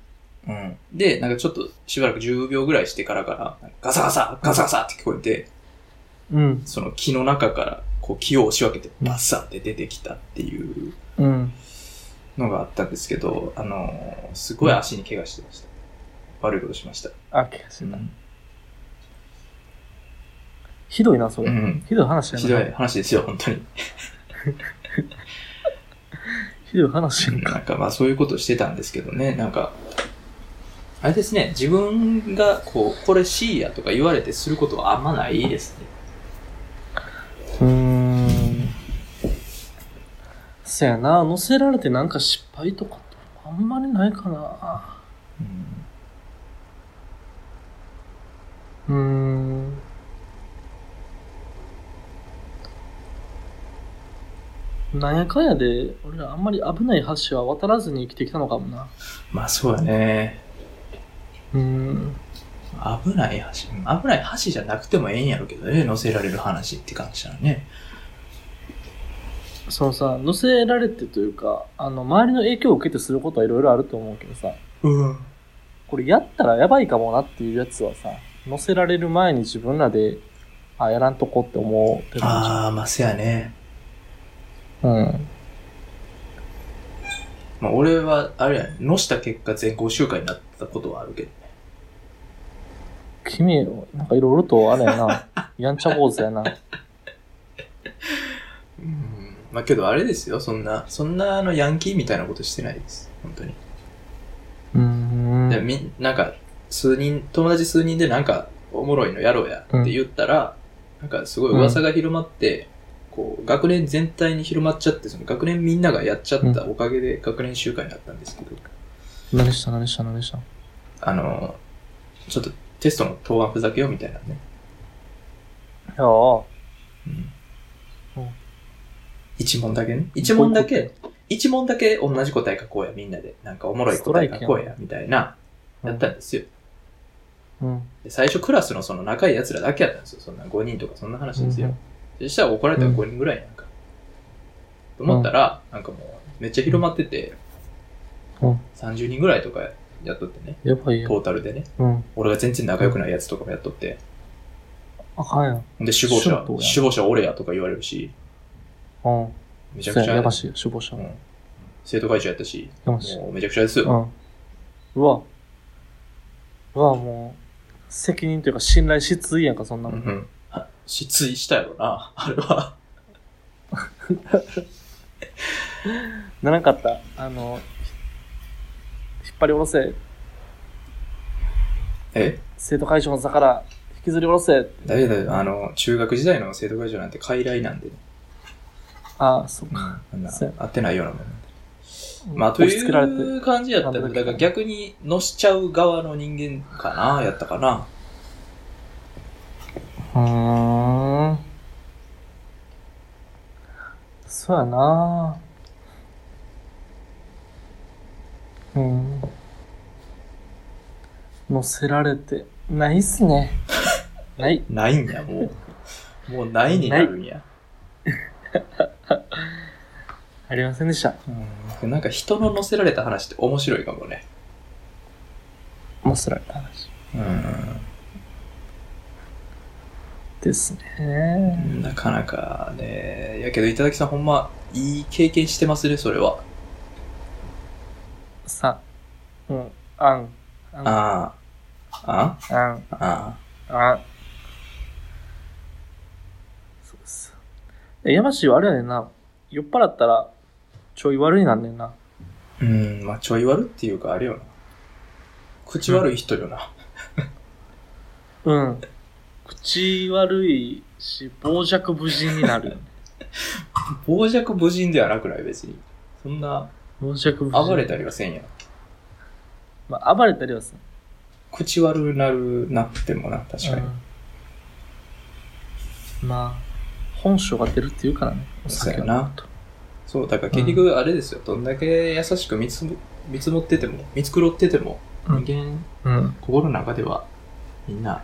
[SPEAKER 1] で、なんかちょっとしばらく10秒ぐらいしてからから、ガサガサ、ガサガサって聞こえて、
[SPEAKER 2] うん。
[SPEAKER 1] その木の中から、こう木を押し分けて、バッサって出てきたっていう
[SPEAKER 2] うん。
[SPEAKER 1] のがあったんですけど、あのーすごい足に怪我してました。悪いことしました。
[SPEAKER 2] あ、怪我してた。ひどいな、それ。
[SPEAKER 1] うん
[SPEAKER 2] ひどい話やな。
[SPEAKER 1] ひどい。話ですよ、本当に。
[SPEAKER 2] ひどい話やんか。
[SPEAKER 1] なんかまあそういうことしてたんですけどね、なんか、あれですね、自分がこう、これ C やとか言われてすることはあんまないですね。
[SPEAKER 2] うーん。そやな、乗せられてなんか失敗とかってあんまりないかな。うーん。なんやかんやで、俺らあんまり危ない橋は渡らずに生きてきたのかもな。
[SPEAKER 1] まあそうだね。
[SPEAKER 2] うーん。
[SPEAKER 1] 危ない橋、うん危ない橋じゃなくてもええんやろうけどね、乗せられる話って感じだね。
[SPEAKER 2] そのさ、乗せられてというか、あの、周りの影響を受けてすることはいろいろあると思うけどさ、
[SPEAKER 1] うん。
[SPEAKER 2] これやったらやばいかもなっていうやつはさ、乗せられる前に自分らで、あ、やらんとこって思ってるんじゃん。
[SPEAKER 1] ああ、まあせやね。
[SPEAKER 2] うん。
[SPEAKER 1] まあ俺は、あれやね、乗した結果全校集会になったことはあるけどね。
[SPEAKER 2] 君、なんかいろいろとあれや <laughs> な、やんちゃ坊主やな。
[SPEAKER 1] うん。まあけどあれですよ、そんな、そんなあのヤンキーみたいなことしてないです。本当に。
[SPEAKER 2] うーん。
[SPEAKER 1] でみんなんか数人友達数人でなんかおもろいのやろうやって言ったら、なんかすごい噂が広まって、こう学年全体に広まっちゃってその学年みんながやっちゃったおかげで学年集会になったんですけど、
[SPEAKER 2] 何した何した何した
[SPEAKER 1] あのちょっとテストの答案ふざけようみたいなね、
[SPEAKER 2] いやあ、
[SPEAKER 1] うん
[SPEAKER 2] うん
[SPEAKER 1] 一問だけね一問だけ一問だけ同じ答え書こうやみんなでなんかおもろい答え書こうやみたいなやったんですよ
[SPEAKER 2] うん。
[SPEAKER 1] で最初クラスのその仲いい奴らだけやったんですよ。そんな5人とかそんな話ですよ。そしたら怒られたら5人ぐらいなんか。と思ったら、なんかもうめっちゃ広まってて、
[SPEAKER 2] うん
[SPEAKER 1] 30人ぐらいとかやっとってね。
[SPEAKER 2] やばいや
[SPEAKER 1] ト。ータルでね。
[SPEAKER 2] うん。
[SPEAKER 1] 俺が全然仲良くないやつとかもやっとって。
[SPEAKER 2] あかんやん。
[SPEAKER 1] で、首謀者
[SPEAKER 2] 首謀、や
[SPEAKER 1] 首謀者俺やとか言われるし、
[SPEAKER 2] うん。
[SPEAKER 1] めちゃ
[SPEAKER 2] そ
[SPEAKER 1] く
[SPEAKER 2] う
[SPEAKER 1] ちゃ、
[SPEAKER 2] や、やばしい、首謀者。
[SPEAKER 1] う
[SPEAKER 2] や
[SPEAKER 1] ん生徒会長やったし、
[SPEAKER 2] ばしい。
[SPEAKER 1] もうめちゃくちゃです
[SPEAKER 2] う
[SPEAKER 1] よ。
[SPEAKER 2] ん。うわ。うわ、もう、責任というか信頼失墜やんか、そんな
[SPEAKER 1] う
[SPEAKER 2] の。
[SPEAKER 1] ん。失意したやろな、あれは。
[SPEAKER 2] ならんかった。あの、ひ引っ張り下ろせ。
[SPEAKER 1] え
[SPEAKER 2] 生徒会長の座から引きずり下ろせ。
[SPEAKER 1] だいだい、あの、中学時代の生徒会長なんて傀儡なんでね。
[SPEAKER 2] ああ、そっか。
[SPEAKER 1] あんな
[SPEAKER 2] そう
[SPEAKER 1] 合ってないようなもん。まあ、と
[SPEAKER 2] 押し付けられて。
[SPEAKER 1] いう感じやったけど、だから逆に乗しちゃう側の人間かな、やったかな。
[SPEAKER 2] うーん。そうやなうん。乗せられて、ないっす <laughs> ね。ない。
[SPEAKER 1] ないんや、もう。もうないになるんや。
[SPEAKER 2] ありませんでした。
[SPEAKER 1] うんなんか人の乗せられた話って面白いかもね。
[SPEAKER 2] 乗せられた話。
[SPEAKER 1] う
[SPEAKER 2] ですね。
[SPEAKER 1] ん。なかなかね、やけど、いただきさんほんま、いい経験してますね、それは。
[SPEAKER 2] さ、うん、あん、あん、あん、
[SPEAKER 1] ああ。あ
[SPEAKER 2] あん。
[SPEAKER 1] ああ
[SPEAKER 2] そうです。え山氏はあれやねんな。酔っ払ったら、ちょい悪いなんねんな。
[SPEAKER 1] あ。うん、まあ、ちょい悪っていうか、あれよな。口悪い人よな。
[SPEAKER 2] うん。口悪いし、傍若無人に
[SPEAKER 1] <laughs>
[SPEAKER 2] なるよね。
[SPEAKER 1] 傍若無人ではなくない、別に。そんな、
[SPEAKER 2] 傍若無人。
[SPEAKER 1] 暴れたりはせんやん。
[SPEAKER 2] まあ、暴れたりはする。
[SPEAKER 1] 口悪なるなってもな、確かに。
[SPEAKER 2] うんまあ、本性が出るって言うからね。お
[SPEAKER 1] そう
[SPEAKER 2] 酒
[SPEAKER 1] や
[SPEAKER 2] は
[SPEAKER 1] な。そう、だから結局あれですよ、どんだけ優しく見つ見積もってても、見繕ってても、
[SPEAKER 2] うん
[SPEAKER 1] 人間、
[SPEAKER 2] うん。
[SPEAKER 1] 心の中では、みんな、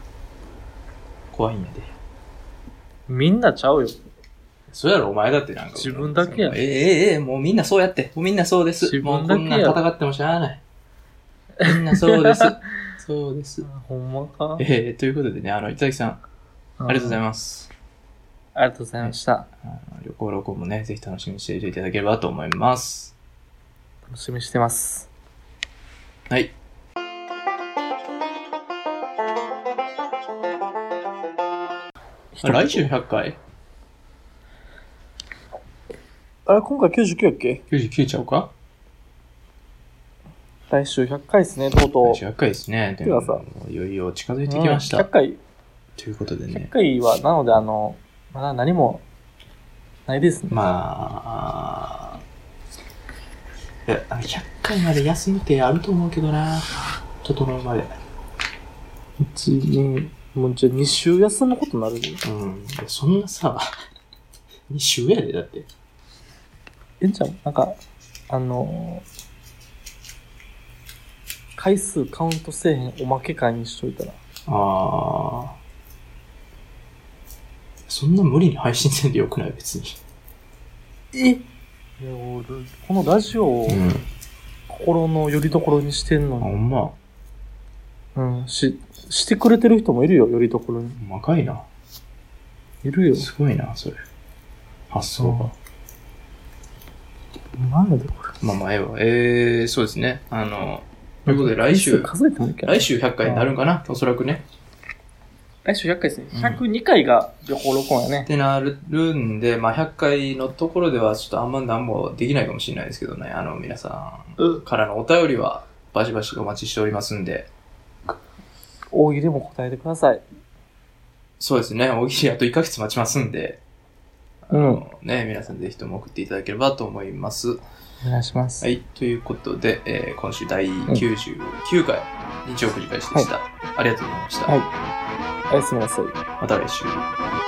[SPEAKER 1] 怖いんやで。
[SPEAKER 2] みんなちゃうよ。
[SPEAKER 1] そうやろ、お前だってなんか。
[SPEAKER 2] 自分だけや
[SPEAKER 1] ええええ、もうみんなそうやって。もうみんなそうです。
[SPEAKER 2] 自
[SPEAKER 1] もう
[SPEAKER 2] 分
[SPEAKER 1] こ
[SPEAKER 2] だけ
[SPEAKER 1] ん
[SPEAKER 2] や
[SPEAKER 1] なん戦ってもしゃあない。みんなそう
[SPEAKER 2] <laughs>
[SPEAKER 1] です。そうです。
[SPEAKER 2] ほんまか。
[SPEAKER 1] ええということでね、あの、板木さん、あ
[SPEAKER 2] あ
[SPEAKER 1] りがとうござい
[SPEAKER 2] ま
[SPEAKER 1] ます。
[SPEAKER 2] す。ありがとうございました。
[SPEAKER 1] あの旅行、旅行もね、ぜひ楽しみにしていていただければと思います。
[SPEAKER 2] 楽しみにしてます。
[SPEAKER 1] はい。来週100回
[SPEAKER 2] あれ、今回99やっけ
[SPEAKER 1] ?99 ちゃうか
[SPEAKER 2] 来週100回ですね、とうとう。
[SPEAKER 1] 100回ですね。で
[SPEAKER 2] て
[SPEAKER 1] も、
[SPEAKER 2] かさ
[SPEAKER 1] もういよいよ近づいてきまし
[SPEAKER 2] う
[SPEAKER 1] た。
[SPEAKER 2] ん100回、
[SPEAKER 1] ということで
[SPEAKER 2] 100
[SPEAKER 1] ね。
[SPEAKER 2] 回は、なので、あの、まだ何も、ないですね。
[SPEAKER 1] まあ、いや、あの100回まで休みってあると思うけどな。整うまで。
[SPEAKER 2] 一年、もうじゃあ2週休むことになる
[SPEAKER 1] うん。そんなさ、2週やで、だって。
[SPEAKER 2] えんちゃん、なんか、あのー回数カウントせえへんおまけ会にしといたら。
[SPEAKER 1] ああ。そんな無理に配信せんでよくない別に。
[SPEAKER 2] えいや俺このラジオを
[SPEAKER 1] ん。
[SPEAKER 2] 心の拠り所にしてん
[SPEAKER 1] あ、
[SPEAKER 2] の
[SPEAKER 1] ほ
[SPEAKER 2] に、
[SPEAKER 1] んま。ほ
[SPEAKER 2] うん、し、してくれてる人もいるよ、拠り所に。
[SPEAKER 1] んまかいな。
[SPEAKER 2] いるよ。
[SPEAKER 1] すごいな、それ。発想が。
[SPEAKER 2] なんでこれ。
[SPEAKER 1] まあまあ、ええわ。ええそうですね。あの、ということで来週
[SPEAKER 2] 数えてもいいけど
[SPEAKER 1] 来週100回になるんかな、おそらくね。
[SPEAKER 2] 来週100回ですね。
[SPEAKER 1] うん
[SPEAKER 2] 102回が旅行録音や
[SPEAKER 1] っ
[SPEAKER 2] ね。
[SPEAKER 1] てなるんで、まあ、100回のところではちょっとあんま何もできないかもしれないですけどね、あの、皆さ
[SPEAKER 2] うん
[SPEAKER 1] んからのお便りはバシバシお待ちしておりますんで、
[SPEAKER 2] 大喜利も答えてください。
[SPEAKER 1] そうですね、大喜利あと1ヶ月待ちますんで、
[SPEAKER 2] う
[SPEAKER 1] あ
[SPEAKER 2] ん。お
[SPEAKER 1] のね、皆さんぜひとも送っていただければと思います。
[SPEAKER 2] 願いします。
[SPEAKER 1] は
[SPEAKER 2] はい。
[SPEAKER 1] い、ということで、えー今週第99回、日曜繰り返しでした、ありがとうございました。
[SPEAKER 2] はいおやすみなさい。
[SPEAKER 1] また来週。
[SPEAKER 2] バイバイ。